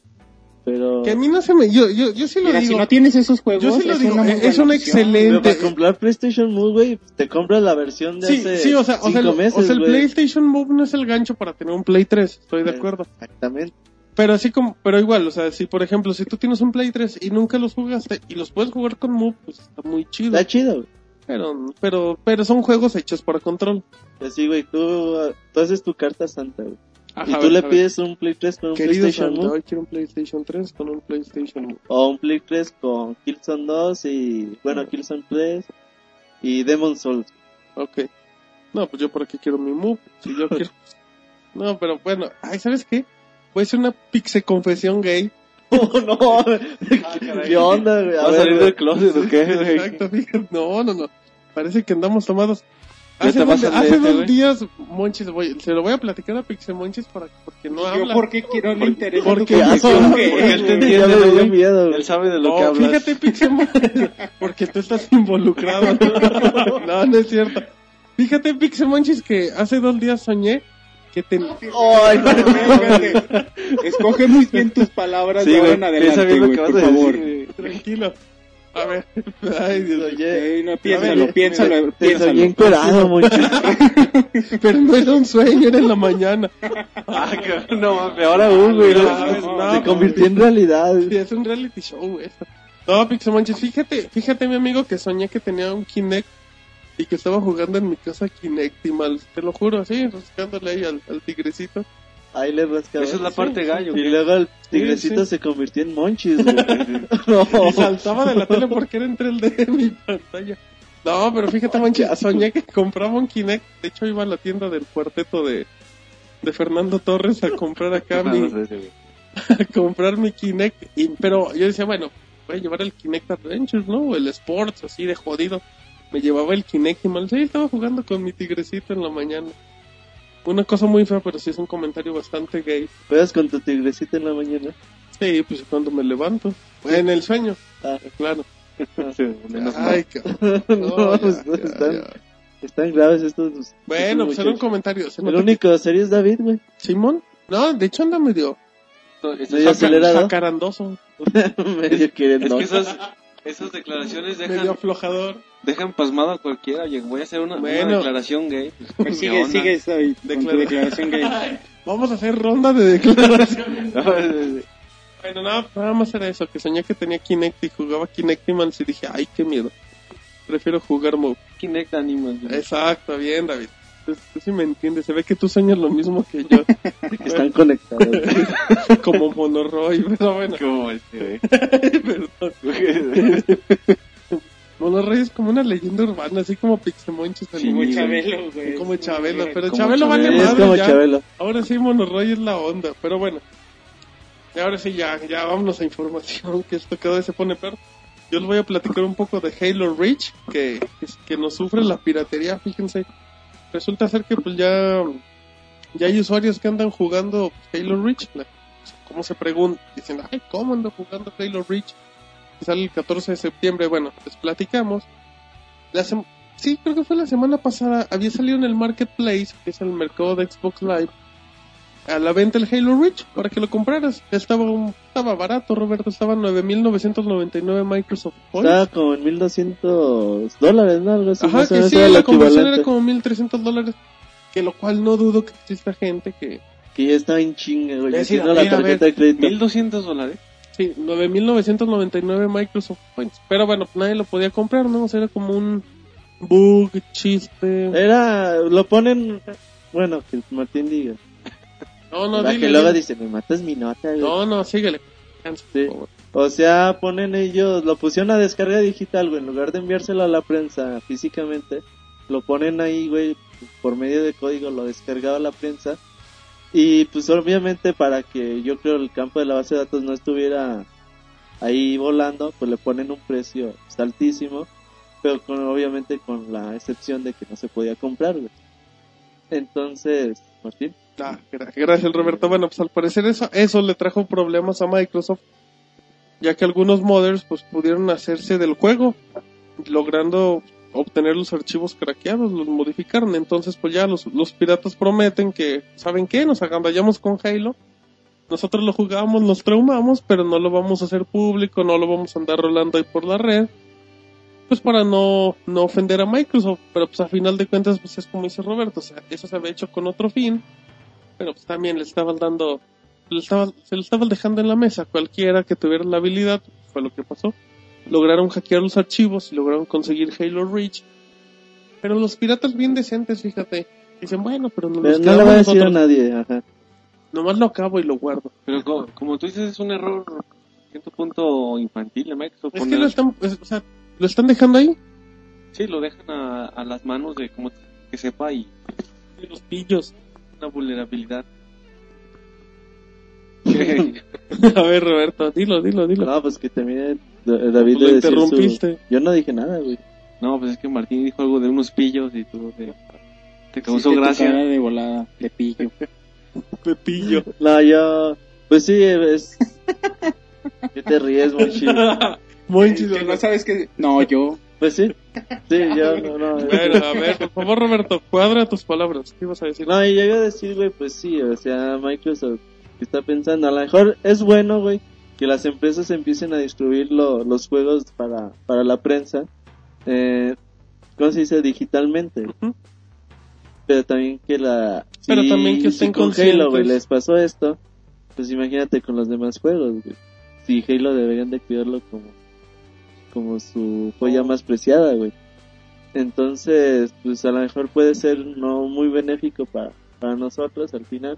Pero Que a mí no se me. Yo, yo, yo sí lo Mira, si digo. no tienes esos juegos, Yo sí lo es digo. una muy eh, Es buena un opción. pero para excelente. comprar PlayStation Move, güey, te compras la versión de Sí, hace sí, o sea, o sea, el, cinco o meses, sea, el güey. PlayStation Move no es el gancho para tener un Play 3, estoy de Eh, acuerdo. Exactamente. Pero así como, pero igual, o sea, si por ejemplo, si tú tienes un Play 3 y nunca los jugaste y los puedes jugar con Move, pues está muy chido. Está chido, güey. Pero, pero, pero son juegos hechos para control. Y Así, Pues güey, tú, ah, tú haces tu carta santa, güey. Ajá, Y a tú ver, le a ver. pides un Play 3 con un Queridos PlayStation amigos, Move hoy quiero un PlayStation 3 con un PlayStation Move. o un Play 3 con Killzone 2 y, bueno, Killzone 3 y Demon Souls. Ok. No, pues yo por aquí quiero mi Move. Si yo quiero. No, pero bueno, ay, ¿sabes qué? Voy a hacer una pixe confesión gay. Oh, no, caray. Ah, ¿qué onda, güey? ¿Va a salir güey. del closet o qué, güey? Exacto, fíjate. No, no, no. Parece que andamos tomados. Ya Hace, te dos, vas a hace leer, ¿eh? dos güey. días, Monchis, voy- se lo voy a platicar a Pixe Monchis para, porque no Yo habla. porque quiero le interesa tu porque- Ah, confesión, sí, güey. porque él te Ya entiende, me dio güey. miedo, güey. Él sabe de lo que No, hablas. fíjate, Pixel Monchis, porque tú estás involucrado. No, no es cierto. Fíjate, Pixel Monchis, que hace dos días soñé que te... Ay, no, Espérate. Escoge muy bien tus palabras Sí, de ahora güey, en piensa adelante, bien lo güey, que vas por a favor. decir, güey. Tranquilo. A ver. Ay, Dios mío. Oye, Ey, Eh, no, A piénsalo, ver, piénsalo, te soñé piénsalo. encuerado, mucho. Pero no era un sueño, era en la mañana. Ah, cabrón, no mames, ahora aún, güey. No, no mames, mames. no. ah, Se convirtió en realidad. güey. Sí, es un reality show esto. No, Pixel Monchis, fíjate, fíjate mi amigo que soñé que tenía un Kinect y que estaba jugando en mi casa Kinect y mal, te lo juro, así, rascándole ahí al, al tigrecito. Ahí le rascaba. Esa es la parte gallo. Y güey. luego el tigrecito sí. se convirtió en monchis, güey. No, Y saltaba de la tele porque era entre el de mi pantalla. No, pero fíjate Monchis, soñé que compraba un Kinect, de hecho iba a la tienda del cuarteto de, de Fernando Torres a comprar acá No, no mi, sé, güey. a comprar mi Kinect. y- pero yo decía, bueno, voy a llevar el Kinect Adventures, ¿no? O el Sports, así de jodido. Me llevaba el Kinect y mal. Sí, estaba jugando con mi tigrecito en la mañana. Una cosa muy fea, pero sí es un comentario bastante gay. Juegas con tu tigrecito en la mañana. Sí, pues cuando me levanto. En el sueño, Ah, claro. Sí, menos mal. Ay, cabrón. no, No, pues, Oh, ya, ya, están, ya. están graves estos. Bueno, pues era un muchachos. comentario. ¿Se El nota único serio es David, güey. que- ¿Simón? No, de hecho anda medio Esto- Medio esto- acelerado. jacarandoso, Medio Es queriendo. que esas, esas declaraciones medio dejan, aflojador. dejan pasmado a cualquiera. oye, Voy a hacer una, una Bueno. declaración gay. Pues ¿Qué sigue, onda? sigue, David, con tu Declara- declaración gay. Vamos a hacer ronda de declaraciones. Pero Bueno, nada, nada más era eso, que soñé que tenía Kinect y jugaba Kinect y man, y dije, ay, qué miedo. Prefiero jugar Move. Kinect Animals. güey. Exacto, bien, David. Tú, tú sí me entiendes, se ve que tú sueñas lo mismo que yo, que están conectados. güey. como Monoroy, pero bueno, ¿Cómo este, güey? perdón. Monoroy es como una leyenda urbana, así como Pixemonches. Sí, Como güey. Chabelo, güey. Como Chabelo, pero Como Chabelo vale Chabelo. Es madre como ya. Chabelo. Ahora sí, Monoroy es la onda, pero bueno. Y ahora sí, ya, ya vámonos a información, que esto cada vez se pone peor. Yo les voy a platicar un poco de Halo Reach, que, que, que nos sufre la piratería, fíjense. Resulta ser que pues ya, ya hay usuarios que andan jugando Halo Reach. la- ¿Cómo se preguntan? Dicen, ay, ¿cómo ando jugando Halo Reach? Que sale el 14 de septiembre. Bueno, les platicamos. La sem- sí, creo que fue la semana pasada. Había salido en el Marketplace, que es el mercado de Xbox Live, a la venta el Halo Reach para que lo compraras. Estaba, un- estaba barato, Roberto. Estaba 9.999 Microsoft Points. Estaba como en 1200 dólares, ¿no? Algo así. Ajá, más o que menos sí, era lo la conversión era equivalente. como 1300 dólares. Que lo cual no dudo que exista gente que. Que ya estaba en chinga, güey. Es decir, haciendo la a ver, a tarjeta de crédito. 1200 dólares. Sí, 9999 Microsoft Points. Pero bueno, nadie lo podía comprar, ¿no? O sea, era como un bug, Eh, chiste. Era, lo ponen, bueno, que Martín diga. No, no, Para dile, que luego dile. dice, me matas mi nota, güey. No, no, síguele. Cansa, por Sí. favor. O sea, ponen ellos, lo pusieron a descarga digital, güey, en lugar de enviárselo a la prensa físicamente, lo ponen ahí, güey, por medio de código, lo descargaba la prensa. Y pues obviamente para que yo creo el campo de la base de datos no estuviera ahí volando, pues le ponen un precio pues, altísimo, pero con, obviamente con la excepción de que no se podía comprar, güey. Entonces, Martín, Ah, gra- gracias, Roberto. Bueno, pues al parecer eso, eso le trajo problemas a Microsoft, ya que algunos modders pues pudieron hacerse del juego, logrando obtener los archivos craqueados, los modificaron. Entonces, pues ya los, los piratas prometen que, ¿saben qué? Nos agandallamos con Halo nosotros lo jugamos, nos traumamos, pero no lo vamos a hacer público, no lo vamos a andar rolando ahí por la red. Pues para no, no ofender a Microsoft, pero pues a final de cuentas pues es como dice Roberto, o sea, eso se había hecho con otro fin, pero pues también le estaban dando, le estaban- se lo estaban dejando en la mesa, cualquiera que tuviera la habilidad, fue lo que pasó. Lograron hackear los archivos y lograron conseguir Halo Reach. Pero los piratas bien decentes, fíjate, dicen, bueno, pero no Pero no Pues, le voy a decir a nosotros, nadie, ajá. nomás lo acabo y lo guardo. Pero co- como, tú dices, es un error cierto punto infantil de Es Microsoft. que poner- lo están, es- o sea, lo están dejando ahí. Sí, lo dejan a, a las manos de como que sepa y De los pillos. una vulnerabilidad. A ver, Roberto, dilo, dilo, dilo. No, pues que termine D- David Pues lo de decir su... interrumpiste. Yo no dije nada, güey. no, pues es que Martín dijo algo de unos pillos y tú de- te causó Sí, te gracia. tocará de volada, de pillo. De pillo. No, yo... Pues sí, es... ¿Qué te ríes, Monchi? Monchis, Que o no sea, sabes que... No, yo... Pues sí. Sí, yo no... no Bueno, a ver, por favor, Roberto, cuadra tus palabras. ¿Qué ibas a decir? No, y yo iba a decir, güey, pues sí, o sea, Microsoft que está pensando, a lo mejor es bueno, güey, que las empresas empiecen a distribuir lo- los juegos para, para la prensa, eh, ¿cómo se dice? Digitalmente. Ujú. Pero también que la... Pero si- también que si estén con Halo, conscientes. güey, les pasó esto, pues imagínate con los demás juegos, güey. Si Halo deberían de cuidarlo como, como su Oh. joya más preciada, güey. Entonces, pues a lo mejor puede ser no muy benéfico para, para nosotros al final.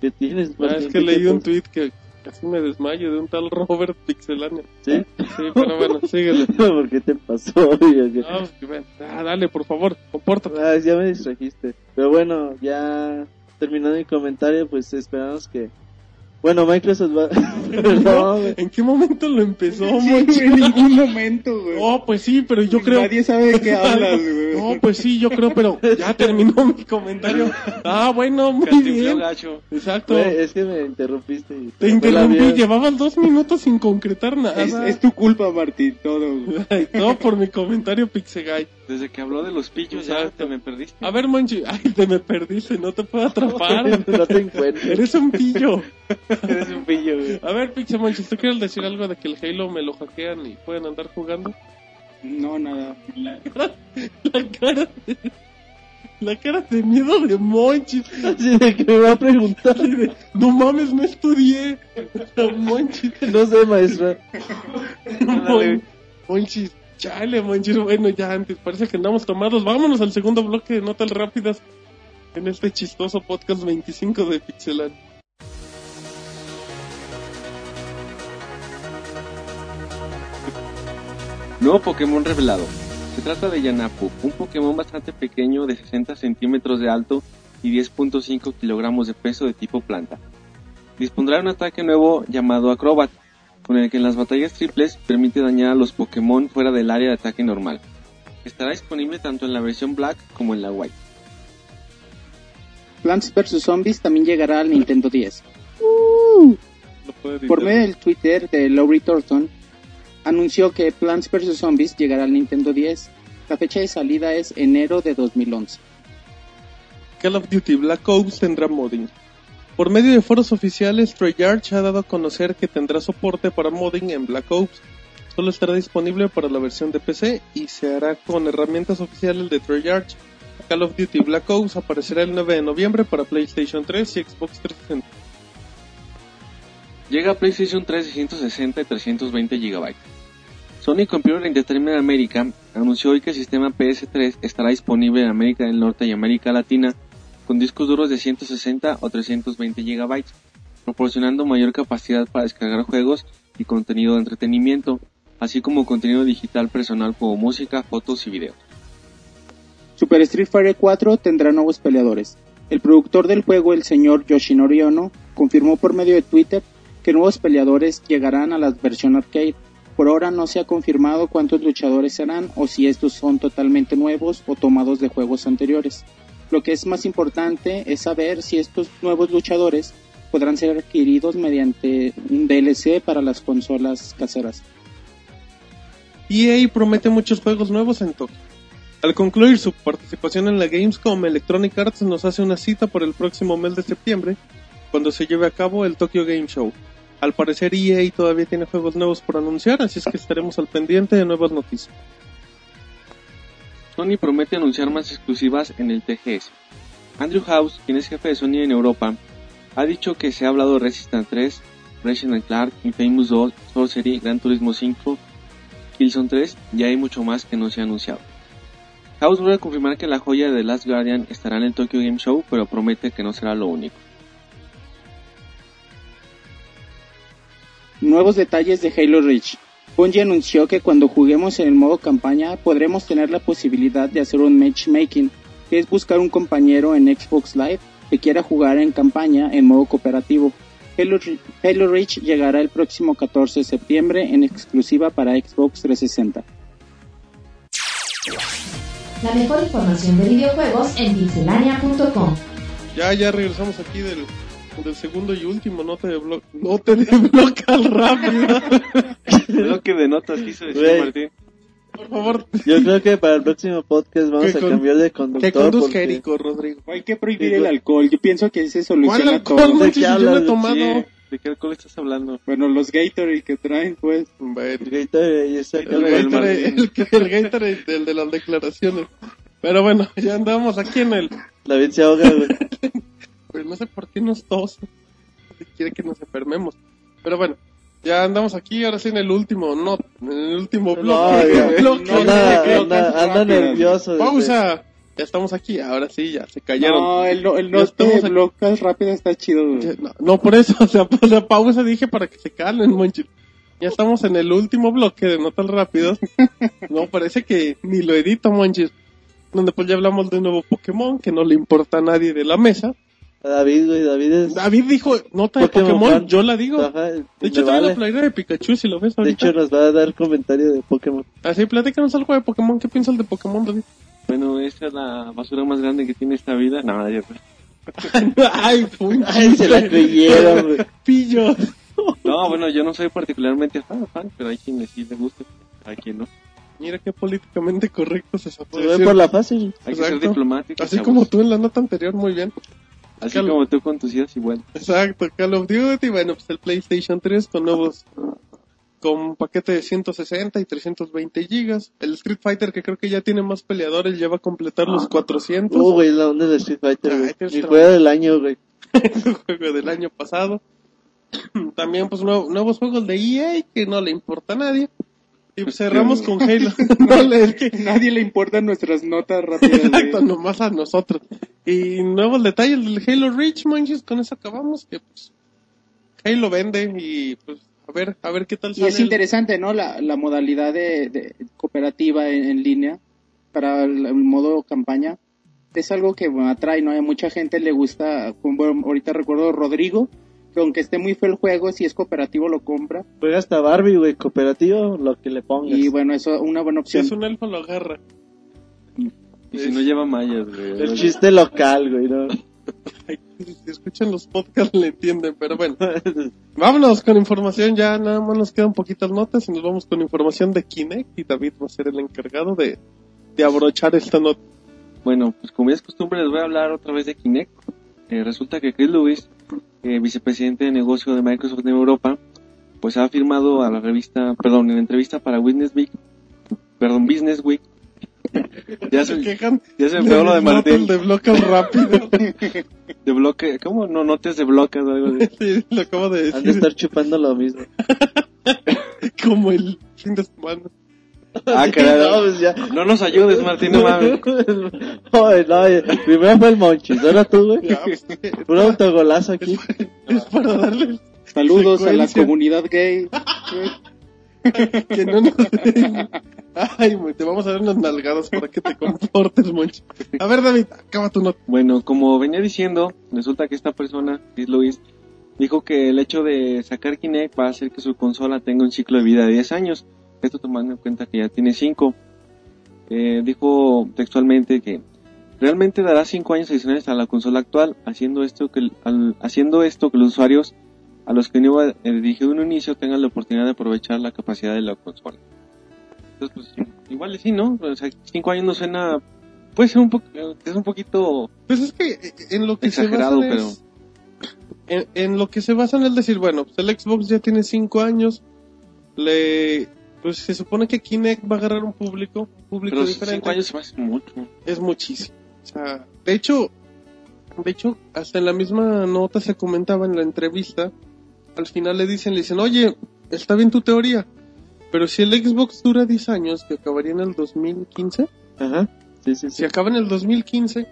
¿Qué tienes? Ah, Martín? es que ¿Qué leí un piensas? tweet que casi me desmayo de un tal Robert Pixelania. ¿Sí? Sí, pero bueno, síguele. ¿Por qué te pasó? güey? Ah, pues, que ven. Ah, dale, por favor, compórtate. Ah, ya me distrajiste. Pero bueno, ya terminando mi comentario, pues esperamos que... Bueno, Microsoft va... no, güey. ¿En qué momento lo empezó, Monchis? en ningún momento, güey. Oh, pues sí, pero yo creo... Nadie sabe de qué hablas, güey. No, pues sí, yo creo, pero ya terminó mi comentario. Ah, bueno, muy Cantinfló bien. gacho. Exacto. Güey, es que me interrumpiste. y- no Te la interrumpí, vieron. llevabas dos minutos sin concretar pues, nada. Es, es tu culpa, Martín, todo, güey. Ay, Todo por mi comentario, Pixegay. Desde que habló de los pillos, ya Exacto. te me perdiste. A ver, Monchi, ay, te me perdiste, no te puedo atrapar. no te encuentro. Eres un pillo. Eres un pillo, güey. A ver, Pixel Monchi, ¿tú quieres decir algo de que el Halo me lo hackean y pueden andar jugando? No, nada. La cara de... La cara de miedo de Monchi. Así de que me va a preguntar. Así de, No mames, no estudié. Monchi. No sé, maestra. Mon- Monchis, chale, Monchis. Bueno, ya antes, parece que andamos tomados. Vámonos al segundo bloque de notas rápidas en este chistoso podcast 25 de Pixelan. Nuevo Pokémon revelado. Se trata de Yanapu, un Pokémon bastante pequeño de 60 centímetros de alto y 10.5 kilogramos de peso de tipo planta. Dispondrá de un ataque nuevo llamado Acrobat, con el que en las batallas triples permite dañar a los Pokémon fuera del área de ataque normal. Estará disponible tanto en la versión Black como en la White. Plants vs. Zombies también llegará al Nintendo 10. Lo puedo editar. Por medio del Twitter de Lowry Thornton, anunció que Plants vs. Zombies llegará al Nintendo 10. La fecha de salida es enero de 2011. Call of Duty Black Ops tendrá modding. Por medio de foros oficiales, Treyarch ha dado a conocer que tendrá soporte para modding en Black Ops. Solo estará disponible para la versión de PC y se hará con herramientas oficiales de Treyarch. Call of Duty Black Ops aparecerá el 9 de noviembre para PlayStation 3 y Xbox 360. Llega a PlayStation 3 660 y 320 GB. Sony Computer Entertainment América anunció hoy que el sistema PS3 estará disponible en América del Norte y América Latina con discos duros de 160 o 320 GB, proporcionando mayor capacidad para descargar juegos y contenido de entretenimiento, así como contenido digital personal como música, fotos y videos. Super Street Fighter 4 tendrá nuevos peleadores. El productor del juego, el señor Yoshinori Ono, confirmó por medio de Twitter que nuevos peleadores llegarán a la versión arcade. Por ahora no se ha confirmado cuántos luchadores serán o si estos son totalmente nuevos o tomados de juegos anteriores. Lo que es más importante es saber si estos nuevos luchadores podrán ser adquiridos mediante un DLC para las consolas caseras. EA E promete muchos juegos nuevos en Tokio. Al concluir su participación en la Gamescom, Electronic Arts nos hace una cita por el próximo mes de septiembre cuando se lleve a cabo el Tokyo Game Show. Al parecer EA todavía tiene juegos nuevos por anunciar, así es que estaremos al pendiente de nuevas noticias. Sony promete anunciar más exclusivas en el TGS. Andrew House, quien es jefe de Sony en Europa, ha dicho que se ha hablado de Resistance 3, Resident Clark, Infamous 2, Sorcery, Gran Turismo 5, Killzone 3 y hay mucho más que no se ha anunciado. House vuelve a confirmar que la joya de The Last Guardian estará en el Tokyo Game Show, pero promete que no será lo único. Nuevos detalles de Halo Reach. Bungie anunció que cuando juguemos en el modo campaña podremos tener la posibilidad de hacer un matchmaking, que es buscar un compañero en Xbox Live que quiera jugar en campaña en modo cooperativo. Halo, Re- Halo Reach llegará el próximo 14 de septiembre en exclusiva para Xbox 360. La mejor información de videojuegos en pixelania.com. Ya, ya regresamos aquí del, del segundo y último, no te, deblo- no te desbloca rápido. Lo que de notas quiso decir Güey. Martín. Por favor, Yo creo que para el próximo podcast vamos Que a con- cambiar de conductor. que conduzca porque- Érico, Rodrigo. Hay que prohibir el alcohol, yo pienso que se ¿Cuál soluciona alcohol, todo. ¿De muchacho? qué Yo no he hablas? tomado. Sí, ¿De qué alcohol estás hablando? Bueno, los Gatorade que traen, pues. Bueno, Gatorade, y ese- el Gatorade. Gatorade, el, el Gatorade del de las declaraciones. Pero bueno, ya andamos aquí en el... David se ahoga, güey. Pues no sé por qué nos tos. Quiere que nos enfermemos. Pero bueno, ya andamos aquí, ahora sí en el último, no, en el último No, bloque. güey. bloque. No, Anda, creo que anda, es anda rápido. nervioso. desde- Pausa. Ya estamos aquí, ahora sí, ya se callaron. No, el, no- el Ya no estamos te aquí. blocas rápido está chido. güey. Ya, No, no, por eso, o sea, pa- la pausa dije para que se calmen, Monchi. Ya estamos en el último bloque de Notas Rápidas. No, parece que ni lo edito, Monchi. Donde pues ya hablamos de un nuevo Pokémon que no le importa a nadie de la mesa. A David, güey, David es... David dijo, nota de Pokémon Pokémon, fan. yo la digo. Ajá, De me hecho, trae vale. la playera de Pikachu, si lo ves De ahorita. hecho, nos va a dar comentario de Pokémon. Así, platícanos algo de Pokémon. ¿Qué piensas de Pokémon, David? Bueno, esa es la basura más grande que tiene esta vida. No, no, yo- Ay, fue un Ay, se Este- la creyeron, güey. pillo. no, bueno, yo no soy particularmente fan, fan, pero hay quienes sí le gusta, hay quien no. Mira qué políticamente correcto se Se sacó. ve por la fácil. Hay que Exacto. ser diplomático. Así como tú en la nota anterior, muy bien. Así Carlos. como tú con tus ideas y bueno. Exacto, Call of Duty, bueno, pues el PlayStation 3 con nuevos, con paquete de 160 y 320 gigas. El Street Fighter que creo que ya tiene más peleadores, ya va a completar los 400. Uh, güey, la onda de Street Fighter, Ay, güey. qué Mi extraño. juego del año, güey. juego del año pasado. También, pues, nuevo- nuevos juegos de EA que no le importa a nadie. Y pues, cerramos con Halo. no le, es que- Nadie le importan nuestras notas rápidas. güey. Exacto, nomás a nosotros. Y nuevos detalles del Halo Reach, manches, con eso acabamos. Que pues, Halo vende y pues, a ver, a ver qué tal Y es el- interesante, ¿no? La, la modalidad de, de cooperativa en, en línea para el, el modo campaña es algo que bueno, atrae, ¿no? A mucha gente le gusta, como, bueno, ahorita recuerdo Rodrigo, que aunque esté muy feo el juego, si es cooperativo lo compra Juega hasta Barbie, güey, cooperativo, lo que le pongas. y bueno, eso es una buena Si opción. es un elfo, lo agarra. Y si no lleva mallas, El güey. chiste local, güey, ¿no? Ay, si escuchan los podcasts, le entienden, pero bueno. Vámonos con información, ya nada más nos quedan poquitas notas y nos vamos con información de Kinect y David va a ser el encargado de, de abrochar esta nota. Bueno, pues como ya es costumbre, les voy a hablar otra vez de Kinect. Eh, resulta que Chris Lewis, eh, vicepresidente de negocio de Microsoft en Europa, pues ha afirmado a la revista, perdón, en entrevista para Business Week, perdón, Business Week, ya Se se, quejan ya se me pegó lo las de notas Martín, de bloques rápido, de bloque, ¿cómo? No, notes de bloques o algo de Sí, lo acabo de Han de decir, estar chupando lo mismo. como el fin de semana. Ah, No, carajo. pues ya. No nos ayudes, Martín, no mames. Oye, no, oye, primero fue el Monchis, ahora tú, güey. Ya, pues, Puro autogolazo aquí. es para darle Saludos a la Secuencia. comunidad gay. que no nos... Ay, güey, te vamos a dar unas nalgadas para que te comportes, Monchi. A ver, David, acaba tu nota. Bueno, como venía diciendo, resulta que esta persona, Chris Lewis, dijo que el hecho de sacar Kinect va a hacer que su consola tenga un ciclo de vida de 10 años. Esto tomando en cuenta que ya tiene 5. dijo textualmente que realmente dará 5 años adicionales a la consola actual, haciendo esto que, el- al- haciendo esto que los usuarios a los que no iba eh, dirigido en un inicio tengan la oportunidad de aprovechar la capacidad de la consola. Entonces, pues, igual y sí, ¿no? O sea, 5 años no suena... Puede ser un, po- es un poquito Pues es que eh, en lo que Exagerado, se basa es en, en lo que se basan es decir, bueno, pues el Xbox ya tiene 5 años, le, pues se supone que Kinect va a agarrar un público, público Pero diferente. 5 años se me hace mucho. Es muchísimo. O sea, de hecho, de hecho, hasta en la misma nota se comentaba en la entrevista, al final le dicen, le dicen, oye, está bien tu teoría, pero si el Xbox dura 10 años, que acabaría en el 2015, Ajá. Sí, sí, si sí. acaba en el 2015,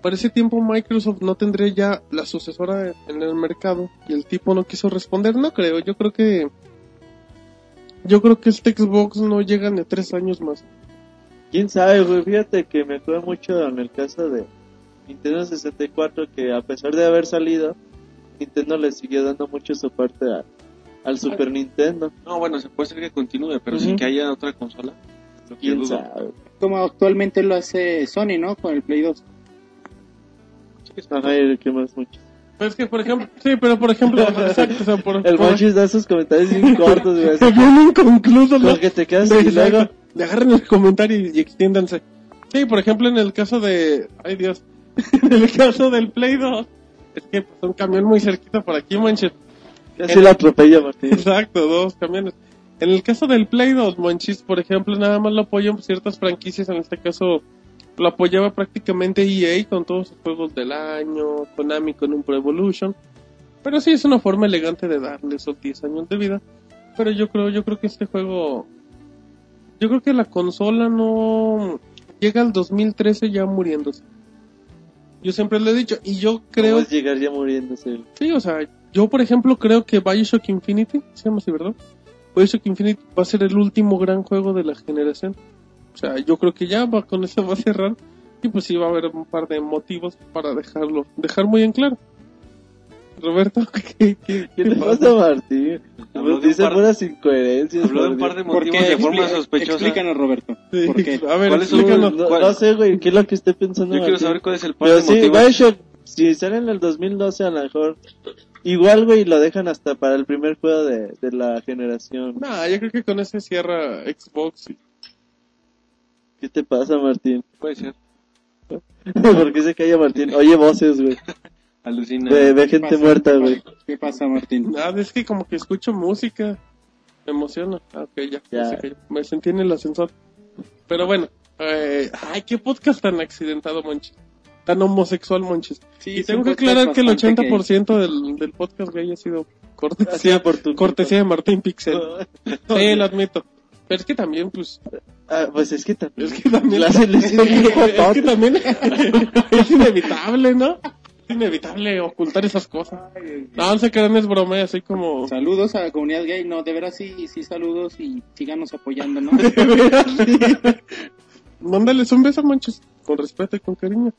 para ese tiempo Microsoft no tendría ya la sucesora en el mercado y el tipo no quiso responder, no creo, yo creo que yo creo que este Xbox no llega ni a tres años más. ¿Quién sabe, güey? Fíjate que me acuerdo mucho en el caso de Nintendo 64 que a pesar de haber salido, Nintendo le siguió dando mucho soporte a- al Super Nintendo. No, bueno, se puede ser que continúe, pero sí Ujú. que haya otra consola. Lo que ¿Quién dudo. sabe? Como actualmente lo hace Sony, ¿no? Con el Play 2. Ajá, y ¿qué más mucho? Pero es que, por ejemplo, sí, pero por ejemplo, exacto, o sea, Ah, por, El por- Monchis da sus comentarios bien cortos, güey. así se vienen conclusos Como los que te quedas y Sí, luego... luego le agarren el comentario y, y extiéndanse. Sí, por ejemplo, en el caso de. Ay, Dios. en el caso del Play 2. Es que pasó un camión muy cerquita por aquí, manches. Casi la atropella, Martín. Exacto, dos camiones. En el caso del Play 2, Monchis, por ejemplo, nada más lo apoyan ciertas franquicias. En este caso, lo apoyaba prácticamente EA con todos sus juegos del año, Konami con un Pro Evolution. Pero sí es una forma elegante de darle esos 10 años de vida. Pero yo creo, yo creo que este juego. Yo creo que la consola no. Llega al 2013 ya muriéndose. Yo siempre lo he dicho, y yo creo. Creo que llegar ya muriéndose. güey. Sí, o sea, yo por ejemplo creo que Bioshock Infinity, se llama así, ¿verdad? Bioshock Infinity va a ser el último gran juego de la generación. O sea, yo creo que ya va, con eso va a cerrar. Y pues sí va a haber un par de motivos para dejarlo, dejar muy en claro. Roberto, ¿qué, qué, ¿Qué le pasa, Martín? Habló de un Dice par- puras incoherencias. Habló de un par Martín. de Porque motivos de forma expli- sospechosa. Explícanos, Roberto. Sí, ¿Por qué? A ver, ¿Cuál es su- explícanos. No, ¿Cuál? no sé, güey, ¿qué es lo que esté pensando Yo quiero Martín? saber cuál es el par Pero de sí, motivos. Bioshock, si sale en el 2012 a lo mejor, igual, güey, lo dejan hasta para el primer juego de, de la generación. Nah, yo creo que con ese cierra Xbox. y- ¿Qué te pasa, Martín? Puede ser. ¿Por qué se calla Martín? Oye voces, güey. Alucina. Ve, ve ¿Qué gente pasa? muerta, ¿Qué güey. pasa? ¿Qué pasa, Martín? Nada, Ah, es que como que escucho música. Me emociona. Ah, ok, ya. Ya. ya se cayó. Me sentí en el ascensor. Pero bueno. eh, ay, qué podcast tan accidentado, Monchi. Tan homosexual, Monchis. y tengo pues, que aclarar que el 80% del, del podcast gay ha sido cortesía, Gracias por tu cortesía de Martín Pixel. Sí, Oye. lo admito. Pero es que también, pues. Ah, pues es que también. Es que también. La selección es que- es que papá. también. es inevitable, ¿no? Es inevitable ocultar esas cosas. No, no se crean, es broma, así como. Saludos a la comunidad gay. No, de veras sí, sí, saludos y síganos apoyando, ¿no? Mándales un beso, manches, con respeto y con cariño.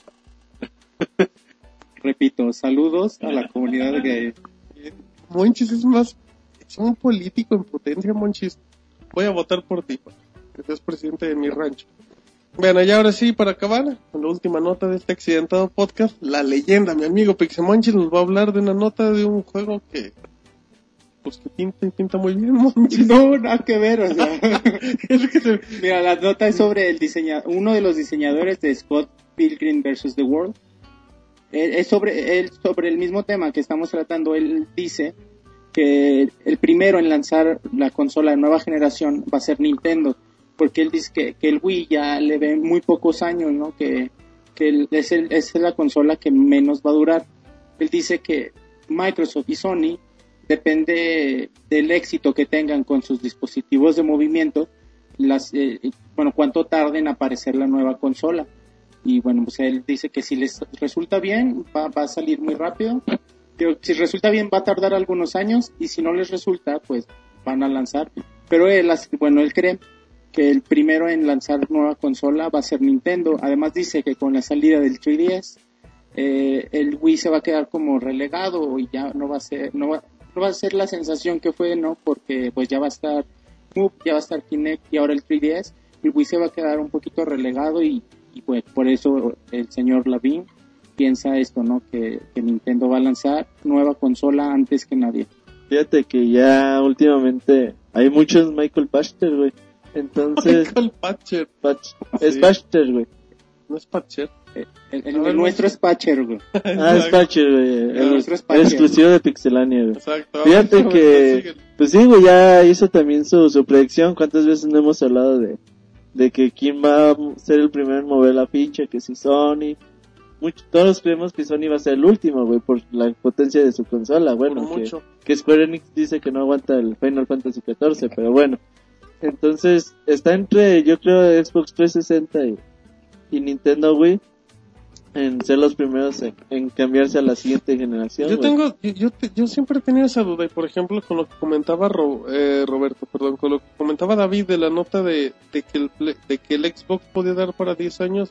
Repito, saludos a la comunidad gay. Monchis es más, es un político en potencia, Monchis. Voy a votar por ti, pues, que seas presidente de mi rancho. Bueno, y ahora sí, para acabar, con la última nota de este accidentado podcast, la leyenda, mi amigo Pixemonchis nos va a hablar de una nota de un juego que, pues que pinta y pinta muy bien, Monchis. No, nada que ver, o sea. Es que se- Mira, la nota es sobre el diseña uno de los diseñadores de Scott Pilgrim vs. The World. Él- es sobre, él, sobre el mismo tema que estamos tratando. Él dice que el primero en lanzar la consola de nueva generación va a ser Nintendo. Porque él dice que, que el Wii ya le ve muy pocos años, ¿no? Que, que el- es, el- es la consola que menos va a durar. Él dice que Microsoft y Sony depende del éxito que tengan con sus dispositivos de movimiento las, eh, bueno, cuánto tarde en aparecer la nueva consola. Y bueno, pues él dice que si les resulta bien, va, va a salir muy rápido. Pero si resulta bien, va a tardar algunos años. Y si no les resulta, pues van a lanzar. Pero él, hace- bueno, él cree que el primero en lanzar nueva consola va a ser Nintendo. Además dice que con la salida del 3DS, eh, el Wii se va a quedar como relegado y ya no va a ser, no va, no va a ser la sensación que fue, ¿no? Porque pues ya va a estar Move, ya va a estar Kinect y ahora el 3DS, el Wii se va a quedar un poquito relegado y, y, pues por eso el señor Lavín piensa esto, ¿no? Que, que Nintendo va a lanzar nueva consola antes que nadie. Fíjate que ya últimamente hay muchos Michael Baxter, güey. Entonces, Michael Patcher, Bach- Sí. es Baxter, güey. no es Patcher. El, el- A ver, el nuestro es Patcher, güey. Ah, es Patcher, güey. El, nuestro es el Patcher. exclusivo de Pixelania, güey. Exacto. Fíjate Ahorita que- siguen. Pues sí, güey, ya hizo también su, su predicción. ¿Cuántas veces no hemos hablado de, de que quién va a ser el primero en mover la ficha? Que si Sony. Mucho- todos creemos que Sony va a ser el último, güey, por la potencia de su consola. Por Bueno, que, mucho. que Square Enix dice que no aguanta el Final Fantasy XIV, pero bueno. Entonces, está entre, yo creo, Xbox 360 y, y Nintendo Wii en ser los primeros en, en cambiarse a la siguiente generación. Yo güey. tengo, yo, yo te- yo siempre he tenido esa duda y por ejemplo con lo que comentaba Ro- eh, Roberto, perdón, con lo que comentaba David de la nota de, de que, el, Play- de que el Xbox podía dar para 10 años,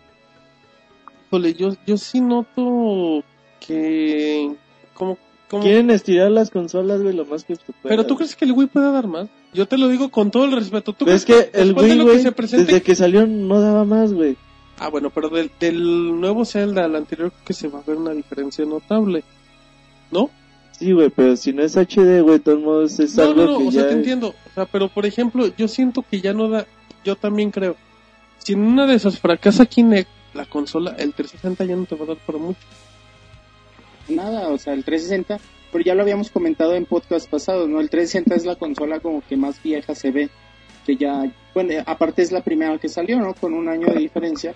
híjole, yo, yo sí noto que como, como Quieren estirar las consolas, güey, lo más que se pueda. pero tú crees que el Wii puede dar más, yo te lo digo con todo el respeto, tú Pero es crees que el después de Wii, lo que güey, se presente- desde que salió no daba más, güey. ah bueno pero del, del nuevo Zelda al anterior creo que se va a ver una diferencia notable, ¿no? Sí, güey, pero si no es HD, güey, de todos modos es No, algo no, no, que o ya... sea, te entiendo. O sea, pero por ejemplo, yo siento que ya no da. Yo también creo. Si en una de esas fracasa Kinect, la consola, el 360 ya no te va a dar para mucho. Nada, o sea, el 360, pero ya lo habíamos comentado en podcast pasados, ¿no? El 360 es la consola como que más vieja se ve, que ya, bueno, eh, aparte es la primera que salió, ¿no? Con un año de diferencia.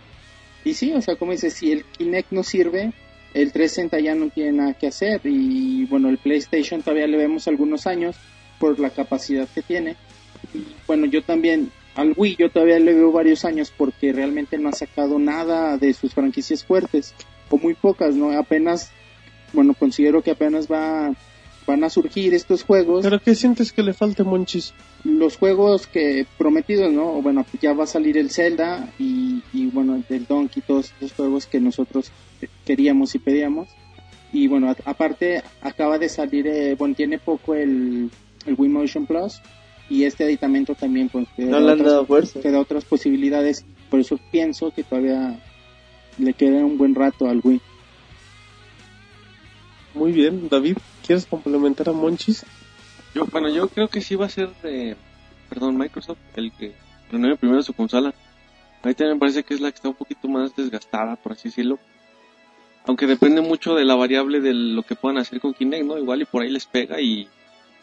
Y sí, o sea, como dices, si el Kinect no sirve, el 360 ya no tiene nada que hacer y bueno, el PlayStation todavía le vemos algunos años por la capacidad que tiene. Y bueno, yo también al Wii yo todavía le veo varios años porque realmente no ha sacado nada de sus franquicias fuertes o muy pocas, ¿no? Apenas bueno, considero que apenas va van a surgir estos juegos, Pero ¿qué sientes que le falte, Monchis? los juegos que prometidos, ¿no? O Bueno, ya va a salir el Zelda y, y bueno, el Donkey, todos los juegos que nosotros queríamos y pedíamos. Y bueno, a- aparte acaba de salir, eh, bueno, tiene poco el, el Wii Motion Plus y este aditamento también pues, que No da le han otras- dado fuerza. te da otras posibilidades. Por eso pienso que todavía le queda un buen rato al Wii. Muy bien, David, ¿quieres complementar a Monchis? Yo, bueno, yo creo que sí va a ser de, perdón, Microsoft el que renueve primero su consola. Ahorita me parece que es la que está un poquito más desgastada, por así decirlo. Aunque depende mucho de la variable de lo que puedan hacer con Kinect, ¿no? Igual y por ahí les pega y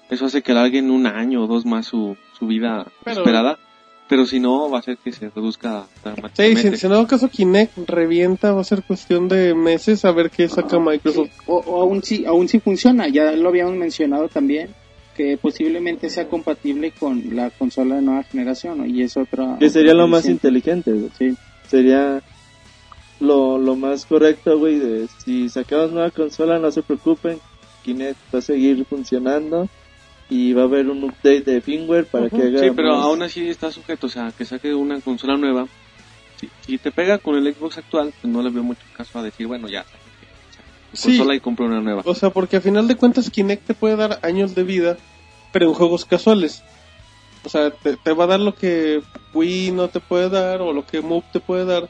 eso hace que alarguen un año o dos más su, su vida Pero- esperada. Pero si no, va a ser que se reduzca Sí, dramáticamente. si, si en dado caso Kinect revienta, va a ser cuestión de meses a ver qué saca Microsoft. Sí, O, o aún, sí, aún sí funciona, ya lo habíamos mencionado también, que posiblemente sea compatible con la consola de nueva generación, ¿no? y es otra... Que sería lo más interesante. inteligente, güey. Sí. Sería lo, lo más correcto, güey, de si sacamos nueva consola, no se preocupen, Kinect va a seguir funcionando y va a haber un update de firmware para que haga... Sí, pero más- aún así está sujeto, o sea, que saque una consola nueva. Si, si te pega con el Xbox actual, pues no le veo mucho caso a decir, bueno, ya, Sí, consola y compré una nueva. o sea, porque a final de cuentas Kinect te puede dar años de vida, pero en juegos casuales. O sea, te, te va a dar lo que Wii no te puede dar o lo que Move te puede dar.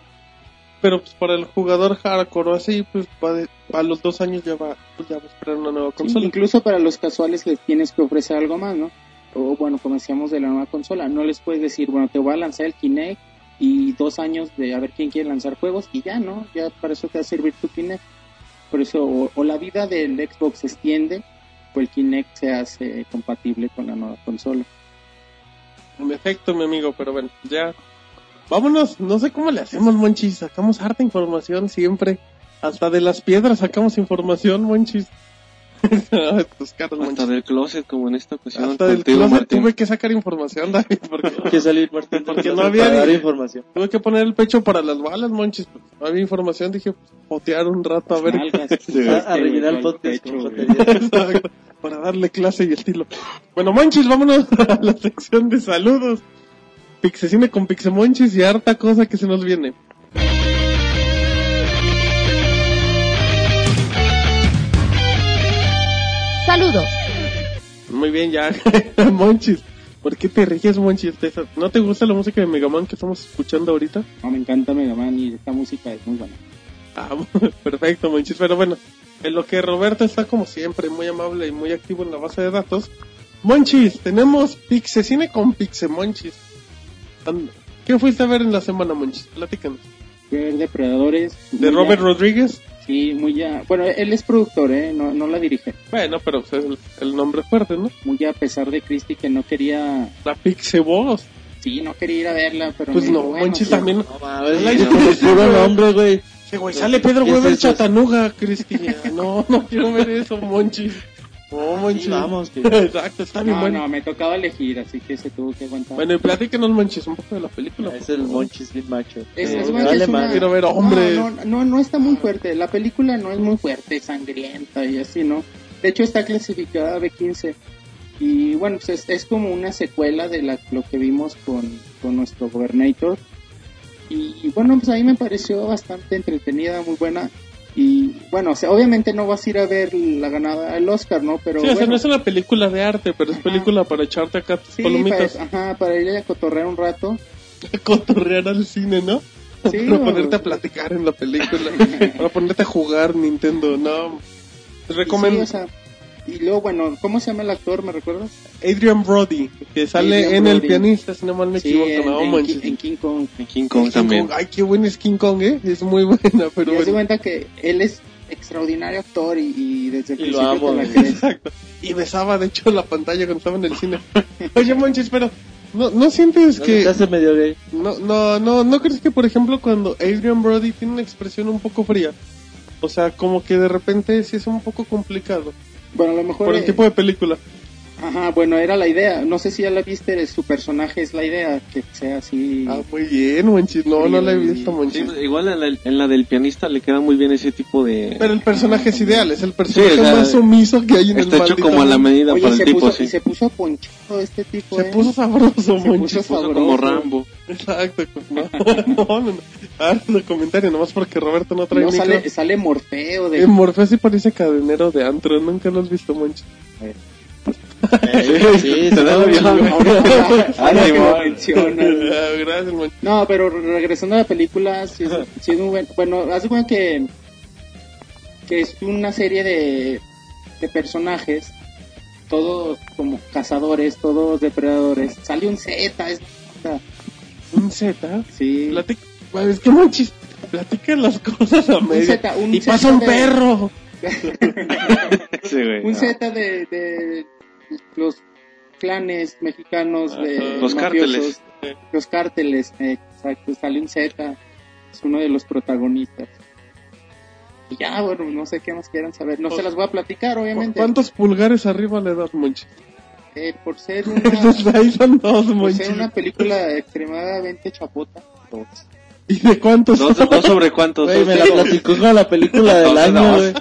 Pero pues para el jugador hardcore o así, pues va de- a los dos años ya va, pues, ya va a esperar una nueva Sí, consola. Incluso para los casuales les tienes que ofrecer algo más, ¿no? O bueno, como decíamos de la nueva consola, no les puedes decir, bueno, te voy a lanzar el Kinect y dos años de a ver quién quiere lanzar juegos y ya, ¿no? Ya para eso te va a servir tu Kinect. Por eso, o, o la vida del Xbox se extiende, o el Kinect se hace compatible con la nueva consola. En efecto, mi amigo, pero bueno, ya. Vámonos, no sé cómo le hacemos, Monchis. Sacamos harta información siempre. Hasta de las piedras sacamos información, Monchis. Ay, tus caras, Hasta Monchis. del closet, como en esta ocasión. Hasta del contigo, closet pues Martín. tuve que sacar información, David, porque que salir Martín Porque del no closet había para ni- dar información. tuve que poner el pecho para las balas, monchis. Pues, no había información, dije, pues, jotear un rato a ver. Nalgas. A, Ah, a rellenar el Al podcast pecho, con güey. joterías. Exacto, para darle clase y estilo. Bueno, monchis, vámonos a la sección de saludos. Pixecine con pixemonchis y harta cosa que se nos viene. Saludos. Muy bien, ya, monchis. ¿Por qué te ríes, monchis? ¿Te- ¿No te gusta la música de Megaman que estamos escuchando ahorita? No, me encanta Mega Man y esta música es muy buena. Ah, perfecto, Monchis. Pero bueno, en lo que Roberto está como siempre, muy amable y muy activo en la base de datos. Monchis, tenemos Pixecine con Pixe Monchis. And- ¿Qué fuiste a ver en la semana, Monchis? Platícanos. ver Depredadores. De muy Robert a- Rodríguez. Sí, muy ya. Bueno, él es productor, ¿eh? No, no la dirige. Bueno, pero pues, es el, el nombre fuerte, ¿no? Muy a pesar de Christie que no quería. La Pixie Boss. Sí, no quería ir a verla, pero. Pues me dijo, no, bueno, manches, sí. también. No mames, La no, hizo por el ese, puro güey. nombre, güey. Que, güey, sale Pedro ¿Qué es Weber eso? Chatanuga, Cristina. No, no quiero ver eso, Monchis. No, Monchis. Sí, vamos, tío. Exacto, está bien No, bueno. no, me tocaba elegir, así que se tuvo que aguantar. Bueno, y platíquenos, Monchis, un poco de la película. Es el Monchis bien macho. Es- Eh, es me Monchis vale una- madre. Quiero ver hombres. No, no, no, no está muy fuerte. La película no es muy fuerte, sangrienta y así, ¿no? De hecho, está clasificada B15. Y bueno, pues es, es como una secuela de la- lo que vimos con, con nuestro Gobernator. Y, y bueno, pues ahí me pareció bastante entretenida, muy buena. Y bueno, o sea, obviamente no vas a ir a ver la ganada del Oscar, ¿no? Pero sí, o sea, bueno, no es una película de arte, pero es Ajá. película para echarte acá tus sí, palomitas. para, ajá, para ir a cotorrear un rato. A cotorrear al cine, ¿no? Sí, para o- ponerte a platicar en la película. para ponerte a jugar Nintendo, no. Te Y recomiendo sí, o sea, y luego, bueno, ¿cómo se llama el actor? ¿Me recuerdas? Adrian Brody, que sale Adrian en El Brody. Pianista, si no mal me Sí, equivoco. en, no, en Monchis. Ki- en King Kong. Y King Kong King también. Kong, Ay, qué buena es King Kong, ¿eh? Es muy buena, pero Pero y haz de bueno. cuenta que él es extraordinario actor y, y desde el Y lo principio amo, te la güey. crees. Exacto. Y besaba, de hecho, la pantalla cuando estaba en el cine. Oye, Monchis, pero... ¿No, ¿No sientes No, que...? Ya se me dio gay. No, no, no, ¿no crees que, por ejemplo, cuando Adrian Brody tiene una expresión un poco fría? O sea, como que de repente sí es un poco complicado. Bueno, a lo mejor... Por el eh, tipo de película. Ajá, bueno, era la idea. No sé si ya la viste, su personaje es la idea, que sea así... Ah, muy bien, Monchis. No, no la he visto, Sí, Monchis. igual en la, en la del pianista le queda muy bien ese tipo de... Pero el personaje es ideal, es el personaje Sí, o sea, más sumiso que hay en está el hecho maldito como a la mundo. medida para Oye, el se, tipo, puso, sí. y se puso ponchado este tipo, Se ¿eh? puso sabroso, Se puso Monchis. Puso sabroso. como Rambo. Exacto. pues, No, no, no. Harto comentario, nomás porque Roberto no trae No, micro. sale, sale Morfeo de... Eh, Morfeo sí parece cadenero de antro, nunca lo has visto, Monchis. Eh, sí, Te se da da la Ah, bien, viola. güey. Ahora que lo mencionas. Ah, Gracias, Monchis. No, pero re- regresando a la película, sí es, sí es muy bueno. Bueno, haz de cuenta que, que es una serie de, de personajes, todos como cazadores, todos depredadores. Sale un Z, es. o sea, Un Z. Sí. Platica, Güey, es que monchis, platica las cosas a Un medio. Z, un Y Zeta pasa un de- perro. Sí, güey. Un Ah. Z de, de los clanes mexicanos, de Los mafiosos. cárteles. Los cárteles, eh, exacto. Sale un Z, es uno de los protagonistas. Y ya, bueno, no sé qué más quieran saber. No Pues, se las voy a platicar, ¿Cu- obviamente. ¿Cuántos pulgares arriba le das, monchis? Eh, por ser una, Entonces ahí son dos, por monchis. ser una película extremadamente chapota. ¿Y de cuántos? Dos, dos sobre cuántos. Güey, me la Dos. platicó con la película del Dos, año, dos. güey.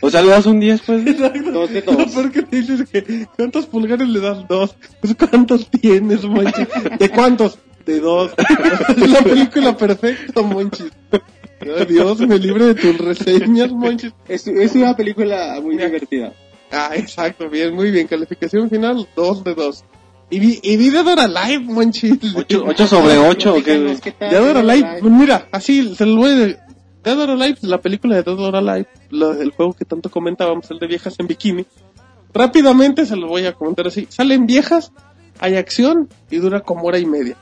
O sea, le das un 10, pues. Dos de No, dos. porque te dices que ¿cuántos pulgares le das? Dos. Pues ¿cuántos tienes, monchis? ¿De cuántos? De dos. Es la película perfecta, monchis. Ay, Dios, me libre de tus reseñas, monchis. Es, es una película muy divertida. Ah, exacto, bien, muy bien. Calificación final, dos de dos. Y vi, y vi de Dora Live, monchis. 8, sobre 8 o qué, güey? Díganos qué tal, De Dora Live. Live, pues mira, así se lo voy a de Dora Live, la película de Dora Live, la- el juego que tanto comentábamos, el de viejas en bikini. Rápidamente se lo voy a comentar así. Salen viejas, hay acción y dura como hora y media.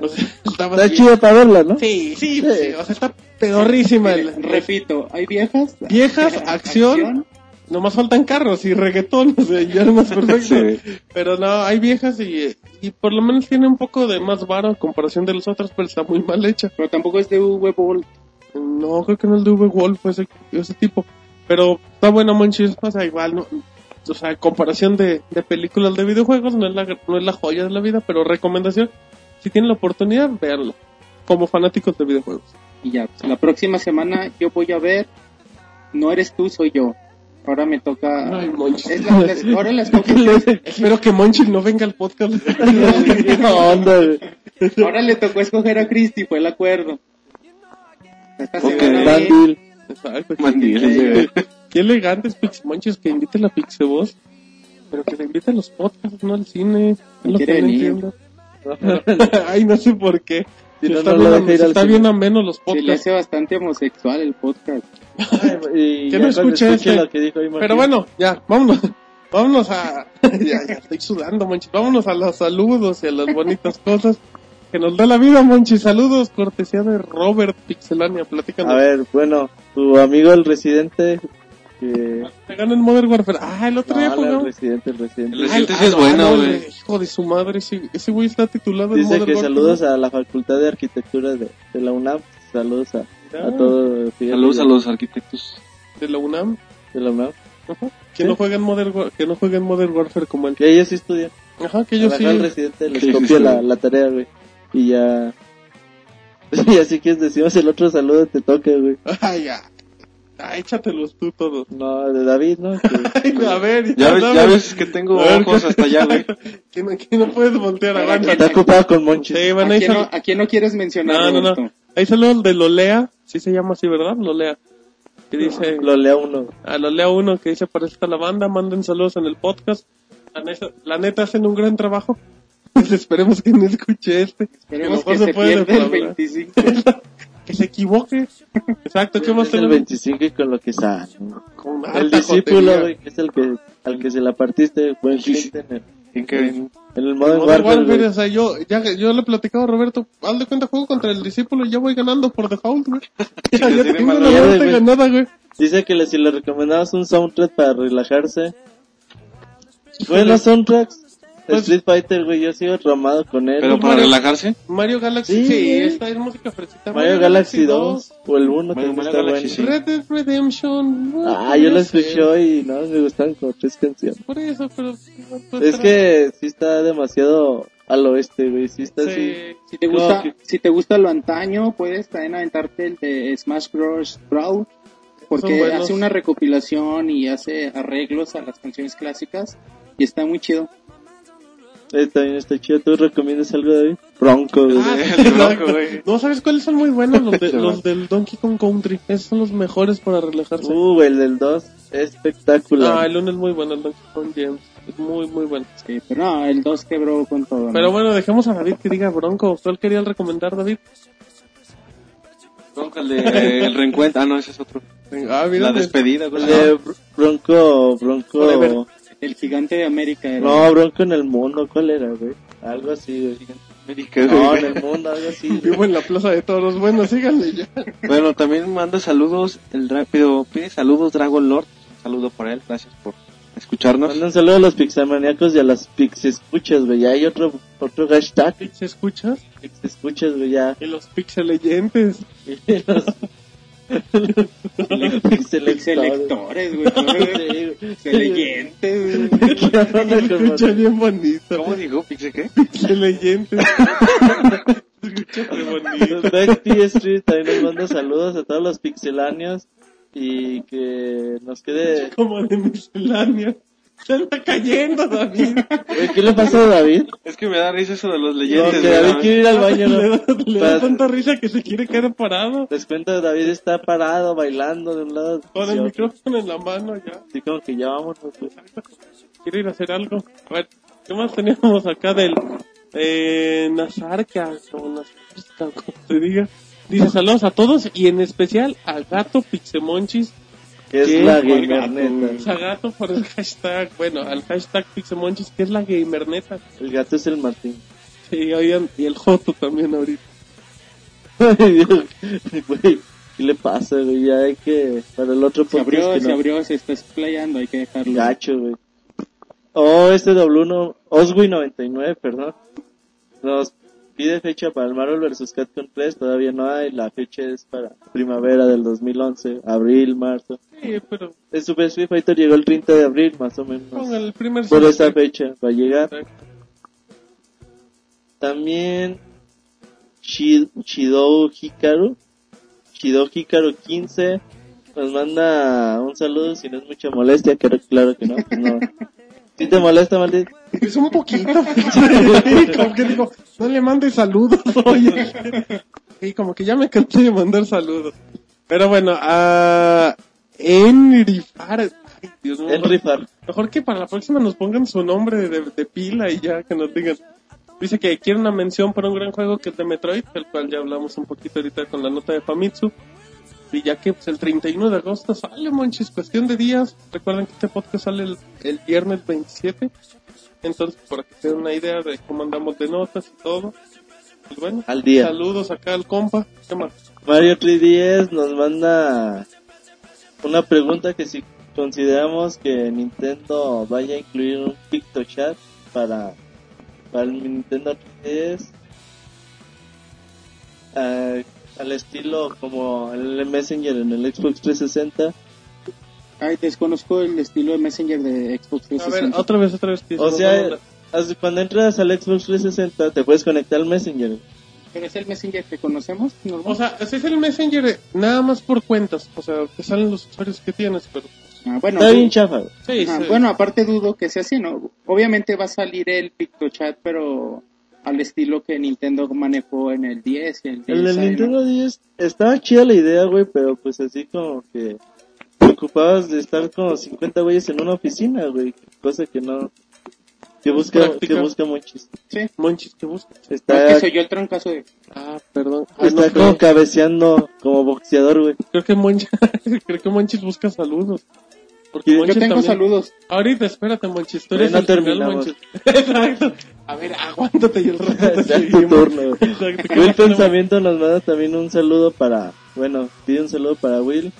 O sea, estaba Está así. chido para verla, ¿no? Sí, sí, pues, sí, o sea, está pedorrísima. Mire, el- Repito, hay viejas. Viejas, acción, nomás faltan carros y reggaetón, o sea, ya no es perfecto. Sí. Pero no, hay viejas y, y por lo menos tiene un poco de más varo en comparación de las otras, pero está muy mal hecha. Pero tampoco es de V Ball. No, creo que no el de V-Wolf fue ese, ese tipo. Pero está bueno, Monchis. O sea, igual, no, o sea, en comparación de, de películas de videojuegos, no es, la, no es la joya de la vida, pero recomendación: si tienen la oportunidad, verlo. Como fanáticos de videojuegos. Y ya, pues, la próxima semana yo voy a ver No eres tú, soy yo. Ahora me toca. Ay, Monchis. es la- las- ahora las toca. Espero que Monchis no venga al podcast. No, onda, güey. Ahora le tocó escoger a Christy, fue el acuerdo. Esta Ok, semana Dan vi- Deal. Exacto. Mandil, sí, güey. Qué elegantes Pix Monchis que invite la Pixeboss. Pero que le invite a los podcasts, no al cine. Es lo que Quiere no venir. entiendo. Ay, no sé por qué. Si no, está no lo bien, deja ir si al está cine. bien ameno los Se le podcasts. hace bastante homosexual el podcast. Y Que ya no cuando escuche escuche este. lo que dijo ahí, Pero Martín. bueno, ya, vámonos. Vámonos a. ya, ya estoy sudando, manches. Vámonos a los saludos y a las bonitas cosas. que nos da la vida, Monchi. Saludos, cortesía de Robert Pixelania. Platícanos. A ver, bueno, tu amigo el residente que... Te gana el Modern Warfare. Ah, el otro día No, el jugamos. ah, residente, el residente. El Residente sí es bueno, no, güey. el Hijo de su madre, ese, ese güey está titulado en Dice Modern que Warfare. saludos a la Facultad de Arquitectura de, de la UNAM. Saludos a, a Ah, todos. fíjate, Saludos a los arquitectos. De la UNAM. De la UNAM. Ajá. Que, Sí. no juegan Modern, War- que no jueguen Modern Warfare como él. Que ellos sí estudian. Ajá, que Yo ellos sí. el residente Sí, sí, les copia sí. la, la tarea, güey. Y ya... Y así que decimos el otro saludo te toca, güey. Ay, ya. Ay, échatelos tú todos. No, de David, ¿no? Que- Ay, a ver, Ya ves, ya sabes. ves que tengo A ver, ojos ¿qué- hasta allá, güey. Que no, que no puedes voltear, Pero Está aguanta. aquí- ocupado con Monchi. Sí, ¿A bueno, ahí quién, no, sal- a quién no quieres mencionar? No, no, no. Roberto? ahí saludos de Lolea. Sí se llama así, ¿verdad? Lolea. Que dice... Lo lea uno. A los leo uno que dice para esta la banda, manden saludos en el podcast. La neta, la neta hacen un gran trabajo. Pues esperemos que no escuche este. A Esperemos lo que mejor se puede pierda el defraudar. 25. Que se equivoque. Exacto, ¿qué más Es el tenemos? 25 y con lo que sale. Con El harta discípulo, jotería. güey, que es el que, al que se la partiste, fue el Sí, sí. cliente en el, ¿En qué? en el Modern Modern Warfare, Warfare, güey. o sea, yo, ya, yo le he platicado a Roberto, haz de cuenta juego contra el discípulo y ya voy ganando por default, güey. Ya, ya tiene tengo mala la vida, vuelta güey. ganada, güey. Dice que le, si le recomendabas un soundtrack para relajarse. Buenos soundtracks. Pues- Street Fighter, güey, yo sigo tramado con él. ¿Pero para Mario- relajarse? Mario Galaxy, Sí, sí, güey. esta es música fresita. Mario Galaxy 2 o el 1 Mario- también Mario está bueno. Galaxy, Red Dead Redemption. güey, Ah, yo no lo sé. escuché hoy y no, me gustan como tres canciones. Por eso, pero... pues, Es que sí está demasiado al oeste, güey, sí está así. Sí. Si te gusta, No, que- si te gusta lo antaño, puedes también aventarte el de Smash Bros. Brawl, Son porque buenos. hace una recopilación y hace arreglos a las canciones clásicas y está muy chido. Eh, también está chido. ¿Tú recomiendas algo, David? Bronco, güey. Ah, sí, Qué loco, exacto. güey. No, ¿sabes cuáles son muy buenos? Los, de- Sí, los del Donkey Kong Country. Esos son los mejores para relajarse. Uh, güey, el del 2, espectacular. ah, el uno es muy bueno, el Donkey Kong James. Es muy, muy bueno. Sí, pero no, el 2 quebró con todo. ¿no? Pero bueno, dejemos a David que diga Bronco. ¿Cuál quería recomendar, David? Bronca, el, de- el reencuentro. Ah, no, ese es otro. Ah, mira, La despedida, güey. El de Br- Bronco, Bronco. Forever. El gigante de América era. No, Bronco en el mundo, ¿cuál era, güey? Algo así, güey. América, No, güey. en el mundo, algo así. güey. Vivo en la Plaza de Toros. Bueno, síganle ya. Bueno, también manda saludos el rápido. Pide saludos Dragon Lord. Un saludo por él. Gracias por escucharnos. Manda un saludo a los pixamaniacos y a las pixescuchas, güey. Ya hay otro, otro hashtag, ¿Se escucha? pixescuchas, güey, ya. Y los pixeleyentes. Selectores, güey. Selectores, güey. Escucha bien bonito. ¿Cómo digo? ¿Pixe qué? Pixeleyentes. Escucha qué bonito. Back T Street también nos manda saludos a todos los pixelanios y que nos quede... Como de miscelánea. Se está cayendo, David. Güey, ¿Qué le pasa a David? Es que me da risa eso de los No, leyentes, que David güey. quiere ir al baño, Le ¿no? da, le da Para- tanta risa que se quiere quedar parado. Les cuento, David está parado, bailando de un lado. Con el hacia otro. micrófono en la mano ya. Así como que ya vámonos, güey. Quiere ir a hacer algo. A ver, ¿qué más teníamos acá del... Eh, Nazarca, o Nazarca, como se diga. Dice saludos a todos y en especial a Gato Pixemonchis. Que es ¿Qué? la ¿Cuál gamer gato, neta. O sea, Gato por el hashtag, bueno, al hashtag Pixemonchis, que es la gamerneta. El gato es el Martín. Sí, oigan, y el Joto también ahorita. Güey, ¿qué le pasa, güey? Ya hay que... Para el otro Se podcast abrió, que se no- abrió, se está explayando, hay que dejarlo. Gacho, güey. Oh, este W1, Oswi99, perdón. Nos pide fecha para el Marvel vs. Capcom 3, todavía no hay. La fecha es para primavera del 2011, abril, marzo. Sí, pero El Super Street Fighter llegó el 30 de abril, más o con menos. el primer... Por semestre. esa fecha va a llegar. Exacto. También Chi- Shidou Hikaru, Shidou Hikaru 15, nos manda un saludo si no es mucha molestia, claro, claro que no. pues no. Si te molesta, Maldito, Es un poquito. Sí, como que digo, no le mandes saludos, oye. Y como que ya me cansé de mandar saludos. Pero bueno, a Enrifar. Ay, Dios mío. Henry Farr. Mejor que para la próxima nos pongan su nombre de, de pila y ya que nos digan. Dice que quiere una mención para un gran juego que es de Metroid, del cual ya hablamos un poquito ahorita con la nota de Famitsu. Y ya que pues, el 31 de agosto sale, monches, cuestión de días. Recuerden que este podcast sale el, el viernes 27. Entonces, para que se den una idea de cómo andamos de notas y todo. Pues bueno, Al día. saludos acá al compa. ¿Qué más? Mario 3DS nos manda una pregunta que si consideramos que Nintendo vaya a incluir un PictoChat para, para el Nintendo E 3DS eh, al estilo como el Messenger en el Xbox 360 Ay, desconozco el estilo de Messenger de Xbox A ver, 360. otra vez, otra vez. que o nos sea mandan- as- cuando entras al Xbox 360 te puedes conectar al Messenger Pero es el Messenger que conocemos, normal. O sea, ese es el Messenger eh, nada más por cuentas. O sea, te salen los usuarios que tienes, pero... Ah, bueno, está sí. bien chafa güey. Sí, Ah, sí. Bueno, aparte dudo que sea así, ¿no? Obviamente va a salir el PictoChat, pero al estilo que Nintendo manejó en el 10 y el 10. El del Nintendo 10 estaba chida la idea, güey, pero pues así como que te ocupabas de estar con 50 güeyes en una oficina, güey, cosa que no que busca Práctica. que busca muchis. Monchis, ¿qué buscas? Está que soy yo el trancazo de... Ah, perdón. Ah, está como no, creo, cabeceando como boxeador, güey. creo que Monchis, creo que Monchis busca saludos. Porque Yo Yo Monchis tengo también- saludos. Ahorita, espérate, Monchis. Tú Pero eres no el final, terminamos. Monchis. Exacto. A ver, aguántate y el resto Ya es tu seguimos. turno, güey. Exacto. Will Pensamiento nos manda también un saludo para, bueno, pide un saludo para Will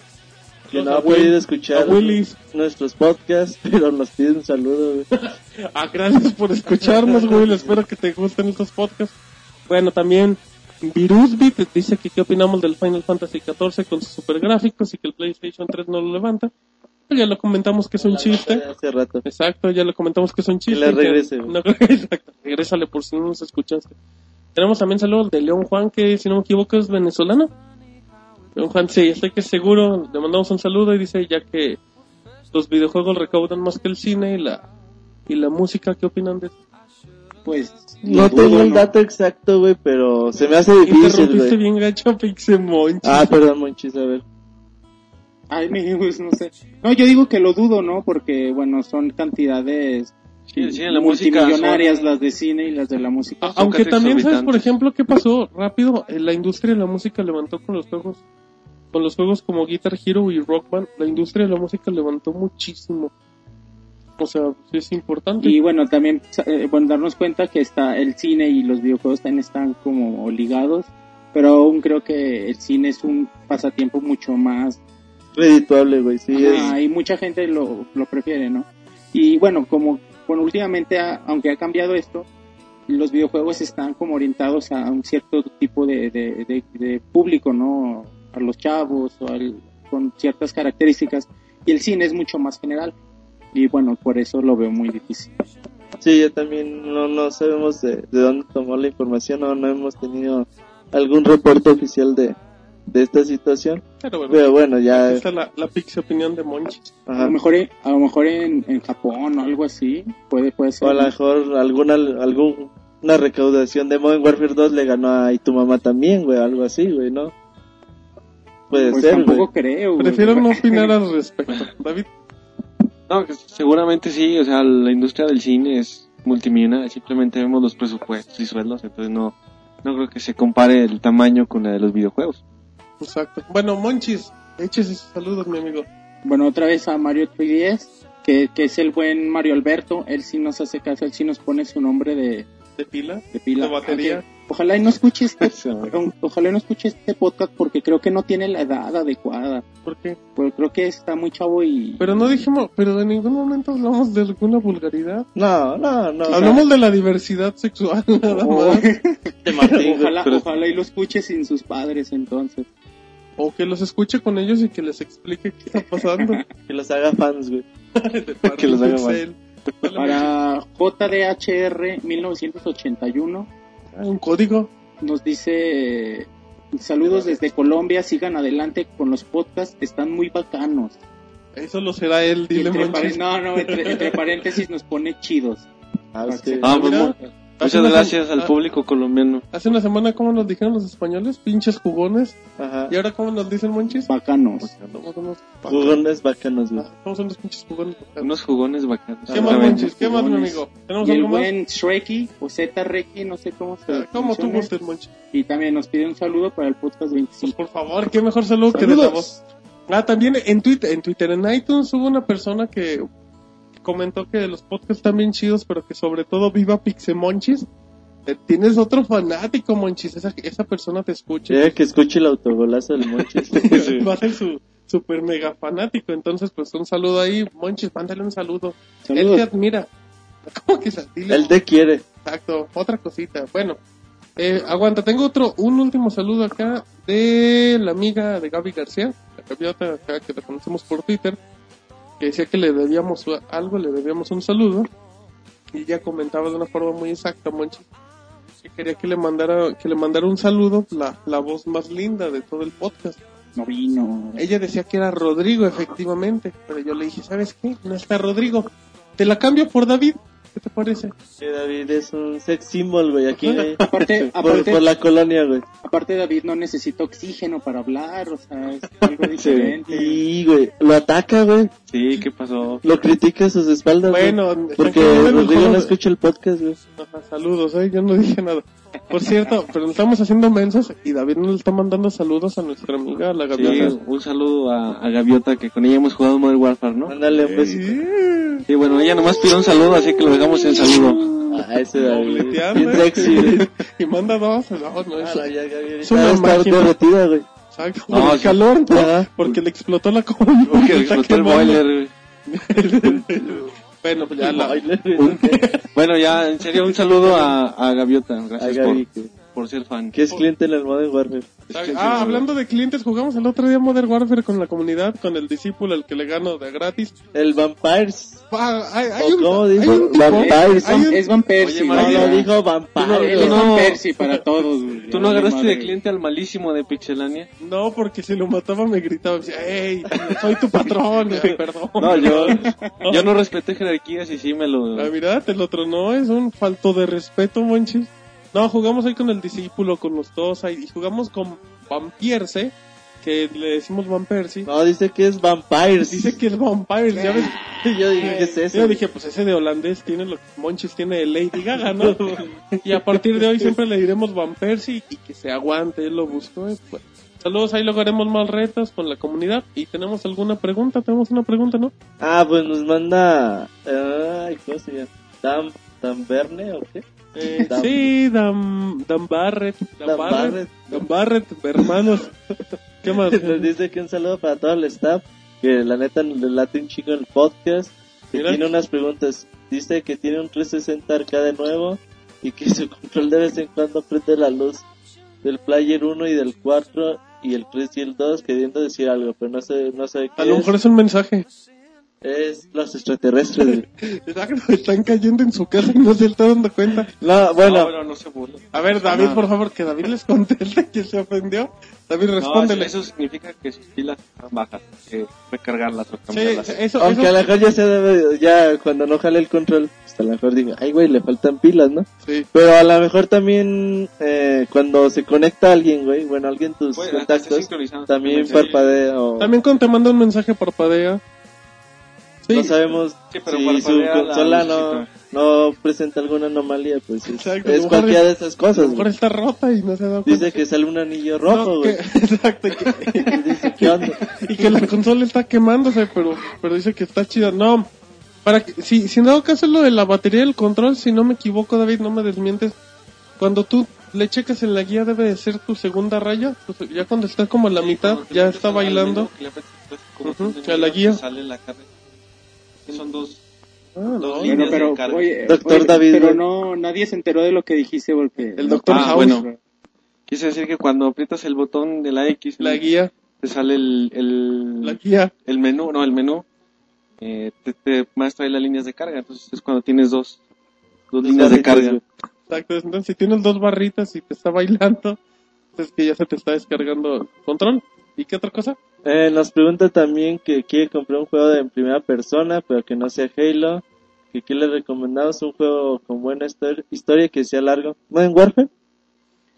que Saludos no a ha Will. podido A escuchar Willis. nuestros podcasts, pero nos pide un saludo, güey. Ah, gracias por escucharnos, Will. Espero que te gusten estos podcasts. Bueno, también Virusbit dice que qué opinamos del Final Fantasy XIV con sus super gráficos y que el PlayStation 3 no lo levanta. Pues ya lo comentamos que es un chiste. Hace rato. Exacto, ya lo comentamos que es un chiste. le y que- regrese, güey. No, exacto, regrésale por si no nos escuchaste. Tenemos también saludos de León Juan, que si no me equivoco es venezolano. León Juan, sí, estoy que es seguro. Le mandamos un saludo y dice ya que los videojuegos recaudan más que el cine y la, y la música. ¿Qué opinan de eso? Pues... No dudo, tengo el ¿no? dato exacto, güey, pero se me hace difícil, Interrumpiste güey. bien gacho, Pixemonchi. Ah, perdón, Monchis, a ver. Ay, me- pues, no sé. No, yo digo que lo dudo, ¿no? Porque, bueno, son cantidades Sí, sí, en la música. multimillonarias las de cine y las de la música. A- Aunque Son también sabes, exorbitantes. por ejemplo, qué pasó rápido. Eh, La industria de la música levantó con los juegos, con los juegos como Guitar Hero y Rock Band. La industria de la música levantó muchísimo. O sea, sí es importante. Y bueno, también, eh, bueno, darnos cuenta que está el cine y los videojuegos también están como ligados, pero aún creo que el cine es un pasatiempo mucho más Redituable, güey, sí, Ajá, y mucha gente lo, lo prefiere, ¿no? Y bueno, como bueno, últimamente, ha- aunque ha cambiado esto, los videojuegos están como orientados a un cierto tipo de, de- de- de público, ¿no? A los chavos o al- con ciertas características. Y el cine es mucho más general. Y bueno, por eso lo veo muy difícil. es. Sí, yo también no, no sabemos de, de dónde tomó la información o no hemos tenido algún reporte oficial de, de esta situación. Pero bueno, Pero bueno, ya. esa es la, la Pixie opinión de Monchi. A Ajá. lo mejor, en- a lo mejor en, en Japón o algo así puede, puede O ser. a lo mejor alguna, alguna recaudación de Modern Warfare 2 le ganó a Y tu mamá también, güey, algo así, güey, ¿no? Puede Pues ser, güey. tampoco creo. güey. Prefiero no opinar al respecto. David, No, que seguramente sí, o sea, la industria del cine es multimillonaria, simplemente vemos los presupuestos y sueldos, entonces no, no creo que se compare el tamaño con la de los videojuegos. exacto. Bueno, Monchis, échese sus saludos, mi amigo. Bueno, otra vez a Mario 3DS, que, que es el buen Mario Alberto. Él sí nos hace caso, él sí nos pone su nombre de, ¿De pila? de pila. ¿De batería? Aunque- Ojalá y no escuche este, Pero perdón, ojalá y no escuche este podcast porque creo que no tiene la edad adecuada. ¿Por qué? Porque creo que está muy chavo y... Pero no dijimos, pero en ningún momento hablamos de alguna vulgaridad. No, no, no. Hablamos de la diversidad sexual, nada O- más. ojalá, pero- ojalá y lo escuche sin sus padres entonces. O que los escuche con ellos y que les explique qué está pasando. Que los haga fans, güey. que los haga Para JDHR 1981 Un código. nos dice saludos desde Colombia, sigan adelante con los podcasts, están muy bacanos. Eso lo será él, dile entre Monchis. paren- no, no, entre, entre paréntesis nos pone chidos. Ah, es que- Ah, pues, Mira, mu- hace muchas una gracias sem- al ah, público colombiano. Hace una semana, ¿cómo nos dijeron los españoles? Pinches jugones. Ajá. Pues ¿Y ahora cómo nos dicen Monchis? Ah. Bacanos. Somos unos bacanos. Jugones bacanos, güey. Ah, somos unos pinches jugones. bacanos. Unos jugones bacanos. Ah. ¿Qué más, Exactamente. Monchis? ¿Qué más, mi Jugones. amigo? Y ¿Tenemos el algo más? buen Shreki, o Z Reki, no sé cómo se ¿Cómo Ah, tú menciona. gustes, Monchis? Y también nos pide un saludo para el podcast Pues 25. por favor, qué mejor saludo que de la voz. Ah, también en Twitter, en Twitter, en iTunes hubo una persona que comentó que los podcasts están bien chidos, pero que sobre todo viva Pixemonchis. Eh, Tienes otro fanático, Monchis. Esa, esa persona te escucha. Ya que escuche el autogolazo del Monchis. Va a ser su super mega fanático. Entonces, pues un saludo ahí. Monchis, mándale un saludo. Él Saludos. te admira. ¿Cómo que se- dile, Él te quiere. Exacto, otra cosita. Bueno, eh, aguanta, tengo otro, un último saludo acá de la amiga de Gaby García, la gaviota acá que la conocemos por Twitter, que decía que le debíamos algo, le debíamos un saludo, y ella comentaba de una forma muy exacta, Monchi, que quería que le mandara, que le mandara un saludo la, la voz más linda de todo el podcast. No vino. Ella decía que era Rodrigo, efectivamente, pero yo le dije, ¿sabes qué? No está Rodrigo, te la cambio por David, ¿qué te parece? Que David es un sex symbol, güey, aquí. güey. Aparte, Ah, Por, aparte, por la colonia, güey. aparte David no necesita oxígeno para hablar, o sea, es algo diferente. Sí, güey. Lo ataca, güey. Sí, ¿qué pasó? Lo critica a sus espaldas, güey. Bueno, Porque tranquilo, el Rodrigo juego- no escucha el podcast, güey. Ajá, Saludos, ¿eh? yo no dije nada. Por cierto, pero nos estamos haciendo mensos y David nos está mandando saludos a nuestra amiga, la Sí, gaviota. un saludo a, a Gaviota, que con ella hemos jugado Modern Warfare, ¿no? Mándale un besito. Sí. Sí, bueno, ella nomás pidió un saludo, así que lo dejamos en saludo. Ah, ese David. Ah, Dobleteando. Bien sexy, güey. Y manda dos, no, no, eso- Es una una estar máquina. derretida, güey. exacto, No, por el sí. calor, ¿no? Ajá. porque le explotó la cola. Porque Está explotó el quemando. boiler. güey. bueno, pues ya la- Bueno, ya, en serio, un saludo a, a Gaviota. A Gracias Gaby, por, que- por ser fan. que es cliente en el Modern Warfare. Ah, hablando de clientes, jugamos el otro día Modern Warfare con la comunidad, con el discípulo al que le gano de gratis. El Vampires. Ah, hay, hay ¿O un, cómo hay dijo? un tipo- Vampires. hay un- Es Van Persie. Oye, ¿no? No, Mario, no, Ya. dijo Él Vampires. es no. Van Persie para todos. güey. ¿Tú no Vale, agarraste madre. de cliente al malísimo de Pixelania? No, porque si lo mataba me gritaba, decía, hey, soy tu patrón, ay, perdón. No, yo, yo no respeté jerarquías y sí me lo... La verdad, te lo tronó, es un falto de respeto, manches. No, jugamos ahí con el discípulo, con los dos, ahí, y jugamos con Vampierce, que le decimos Vampierce. No, dice que es Vampires. Dice que es Vampires, ya ves. Yo dije, ¿qué es eso? Yo dije, pues ese de holandés tiene lo que Monchis tiene de Lady Gaga, ¿no? y a partir de hoy siempre le diremos Van Persie y que se aguante, él lo buscó. y pues. Saludos, ahí luego haremos más retos con la comunidad. Y tenemos alguna pregunta, tenemos una pregunta, ¿no? Ah, pues nos manda. Ay, ¿cómo se llama? ¿Tam, ¿Tam Verne o qué? Eh, Dan- sí, Dan, Dan Barrett. Dan, Dan Barrett, Barrett. Dan Barrett, hermanos. ¿Qué más? Nos dice que un saludo para todo el staff. Que la neta le late un chico el podcast. Que Mira. tiene unas preguntas. Dice que tiene un 360 arcade nuevo. Y que su control de vez en cuando prende la luz del player 1 y del 4 y el 3 y el 2 queriendo decir algo, pero no sé, no sé qué A lo es. mejor es un mensaje. Es los extraterrestres. güey. Exacto, Están cayendo en su casa y no se está dando cuenta. no, bueno, pero no se burla. A ver, David, por favor, que David les conteste que se ofendió. David, respóndele. eso significa que sus pilas están bajas. Que recargarlas o Sí, cambiarlas. eso, aunque eso- a lo mejor ya se debe, ya cuando no jale el control, pues a lo mejor diga, ay güey, le faltan pilas, ¿no? sí. Pero a lo mejor también eh, cuando se conecta alguien, güey, bueno, alguien tus Bueno, hasta Pues, está contactos, sincronizado. también Sí. parpadea o También cuando te manda un mensaje parpadea. Sí, no sabemos Sí, pero si su parpadea la consola no, lucecita. no presenta alguna anomalía, pues es, Exacto, es a lo mejor cualquiera es- de esas a lo cosas. mejor güey. está rota y no se da cuenta. Dice que sale un anillo No, rojo, que- güey. exacto, que- Dice, ¿qué onda? y que la consola está quemándose, pero, pero dice que está chida. No, para que, si, si en dado caso es lo de la batería del control, si no me equivoco, David, no me desmientes. Cuando tú le checas en la guía, debe de ser tu segunda raya. pues, ya cuando está como en la Sí, mitad, como que ya no está te sale bailando. al menú, que le apretas, pues, como Ujú, tú a la te guía. Sale la carga. Que Son dos. Ah, no. Dos Bueno, líneas de pero, carga. oye, Doctor oye, David, Pero güey. no, nadie se enteró de lo que dijiste porque. El doctor Ah, House, bueno. Quise decir que cuando aprietas el botón de la X, la guía, te sale el, el, la guía. el menú, no, el menú, eh, te, te muestra ahí las líneas de carga. Entonces es cuando tienes dos, dos líneas de barritas, carga. güey. Exacto. Entonces, si tienes dos barritas y te está bailando, es que ya se te está descargando el control. ¿Y qué otra cosa? Eh, nos pregunta también que quiere comprar un juego de en primera persona, pero que no sea Halo. Que qué le recomendamos un juego con buena histor- historia que sea largo. ¿Modern Warfare?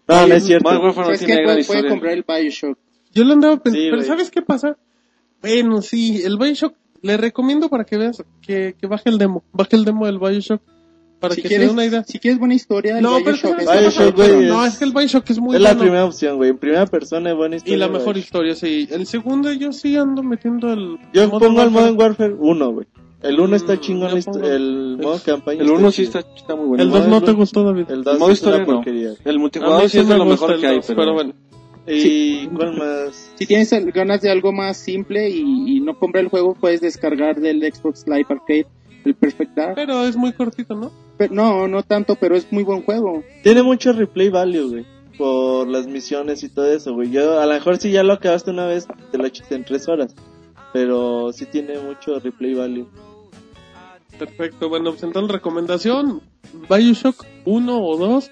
No, Ah, no es cierto. Modern Warfare no ¿Sabes tiene qué? gran Puede, puede historia. comprar el Bioshock. Yo lo andaba Sí, pensando, pero güey. ¿sabes qué pasa? Bueno, sí, el Bioshock, le recomiendo para que veas que, que baje el demo, baje el demo del Bioshock, para Si que te dé quieres, una idea. si quieres buena historia, el No, pero ¿sabes Bioshock es- qué pasa? Bioshock, güey, no, es- es que el Bioshock es muy es la bueno primera opción, güey. En primera persona, buena historia. y la mejor güey. historia, sí. El segundo yo sí ando metiendo el... Yo Modern pongo el Warfare. Modern Warfare 1, güey. El 1 Mm, está chingón, yo la histo- pongo- el modo campaña. El 1 sí chido. está, está muy bueno. El 2 modo no es te lo- gustó, David. El El 2 modo es una historia no. porquería. El A multijugador mí sí es de lo gusta mejor el que hay, dos, pero, pero bueno. ¿Y cuál más? Si tienes el- ganas de algo más simple y, y no comprar el juego, puedes descargar del Xbox Live Arcade el Perfect Dark. Pero es muy cortito, ¿no? Pero- no, no tanto, pero es muy buen juego. Tiene mucho replay value, güey. Por las misiones y todo eso, güey. Yo, a lo mejor si ya lo acabaste una vez, te lo echaste en 3 horas. Pero sí tiene mucho replay value. Perfecto, bueno, pues entonces recomendación: Bioshock 1 o 2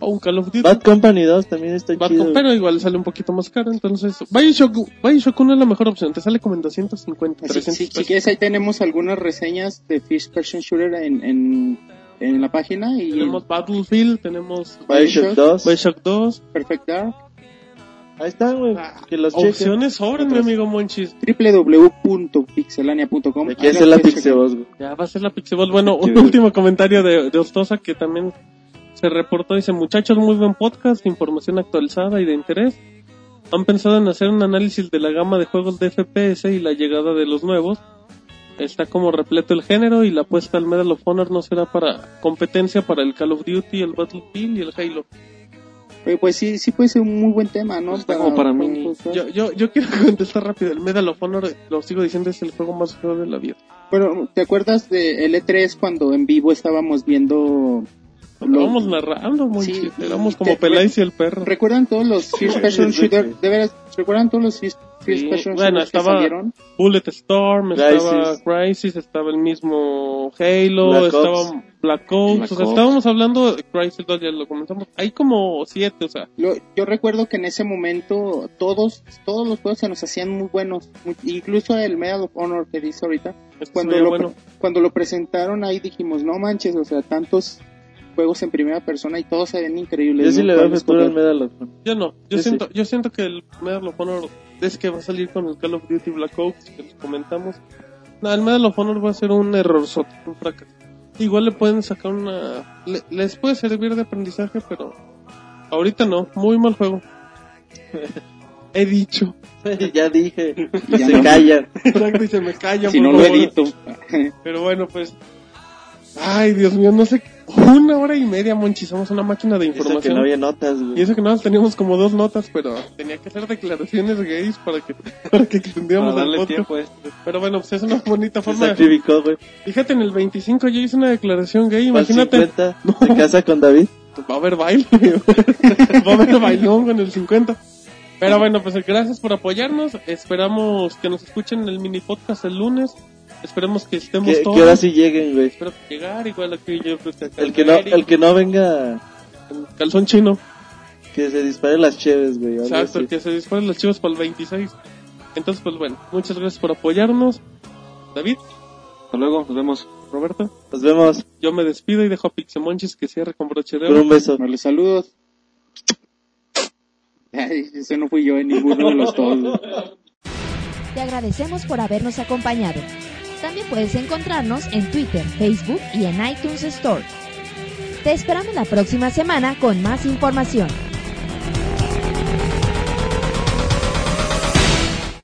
o un Call of Duty. Bad Company 2 también está Bad chido. Company, pero igual sale un poquito más caro, entonces Bioshock, Bioshock 1 es la mejor opción, te sale como en 250, Así, 300 si, si pesos. quieres, ahí tenemos algunas reseñas de First Person Shooter en, en, en la página y Tenemos Battlefield, tenemos Bioshock 2. Bioshock 2, Perfect Dark. Ahí están, güey. Que los chequen. Ah, opciones sobran, mi amigo Monchis. www.pixelania.com. Aquí es la Pixebox, güey. Ya va a ser la Pixelball. Bueno, un Sí. último comentario de, de Ostosa que también se reportó. Dice, muchachos, muy buen podcast, información actualizada y de interés. Han pensado en hacer un análisis de la gama de juegos de FPS y la llegada de los nuevos. Está como repleto el género y la apuesta al Medal of Honor no será para competencia para el Call of Duty, el Battlefield y el Halo. Eh, Pues sí, sí puede ser un muy buen tema, ¿no? Pues está como para mí. un podcast. Yo, yo, yo quiero contestar rápido. El Medal of Honor, lo sigo diciendo, es el juego más feo de la vida. Pero, ¿te acuerdas de L3 cuando en vivo estábamos viendo... Lo Lo- vamos narrando, muy Sí, Éramos y como te- Peláez y el perro. ¿Recuerdan todos los First Person Shooter? ¿De veras? ¿Recuerdan todos los First, first Sí, Person bueno, Shooters estaba- que salieron? Bullet Storm, Crisis. estaba Crisis, estaba el mismo Halo, Black estaba Ops. Black Ops, Black o sea, Ops. estábamos hablando de Crisis 2, ya lo comentamos. Hay como siete, o sea, Lo- yo recuerdo que en ese momento todos todos los juegos se nos hacían muy buenos, muy- incluso el Medal of Honor que dice ahorita. este Cuando se veía lo, bueno. pre- cuando lo presentaron ahí dijimos, no manches, o sea, tantos juegos en primera persona y todos se ven increíbles. Yo sí ¿no? le veo ¿Cuál futuro al escoger? Medal of Honor. Yo no, yo Sí, sí. siento, yo siento que el Medal of Honor es que va a salir con el Call of Duty Black Ops, que les comentamos. No, el Medal of Honor va a ser un error un fracaso. Igual le pueden sacar una... le- les puede servir de aprendizaje, pero ahorita no, muy mal juego. He dicho. ya dije. Y ya se no. callan. Exacto, y se me calla. Si por no lo favor. edito. Pero bueno, pues. Ay, Dios mío, no sé. Una hora y media, Monchi. Somos una máquina de Eso que información. no había notas, Y güey. eso que nada, más teníamos como dos notas, pero tenía que hacer declaraciones gays para que, para que para extendiéramos el darle podcast. tiempo a este. Pero bueno, pues es una bonita Se forma. de- sacrificó, güey. Fíjate, en el 25 yo hice una declaración gay, Para imagínate. 50, No. se casa con David. Va a haber baile. Va a haber bailón con el 50. Pero bueno, pues gracias por apoyarnos. Esperamos que nos escuchen en el mini podcast el lunes. Esperemos que estemos Que, que todos. ahora sí lleguen, güey. Espero que llegar, igual aquí yo creo que acá El que no, Eric, el que no venga, el calzón chino. que se dispare las cheves, güey. algo Exacto, así. que se disparen los chivos para el 26. Entonces, pues bueno, muchas gracias por apoyarnos. David, Hasta luego, nos vemos. Roberto, Nos vemos. yo me despido y dejo a Pixemonchis que cierre con broche de Con oro. un beso. Bueno, los saludos. Ay, eso no fui yo en ninguno de los dos. Te agradecemos por habernos acompañado. También puedes encontrarnos en Twitter, Facebook y en iTunes Store. Te esperamos la próxima semana con más información.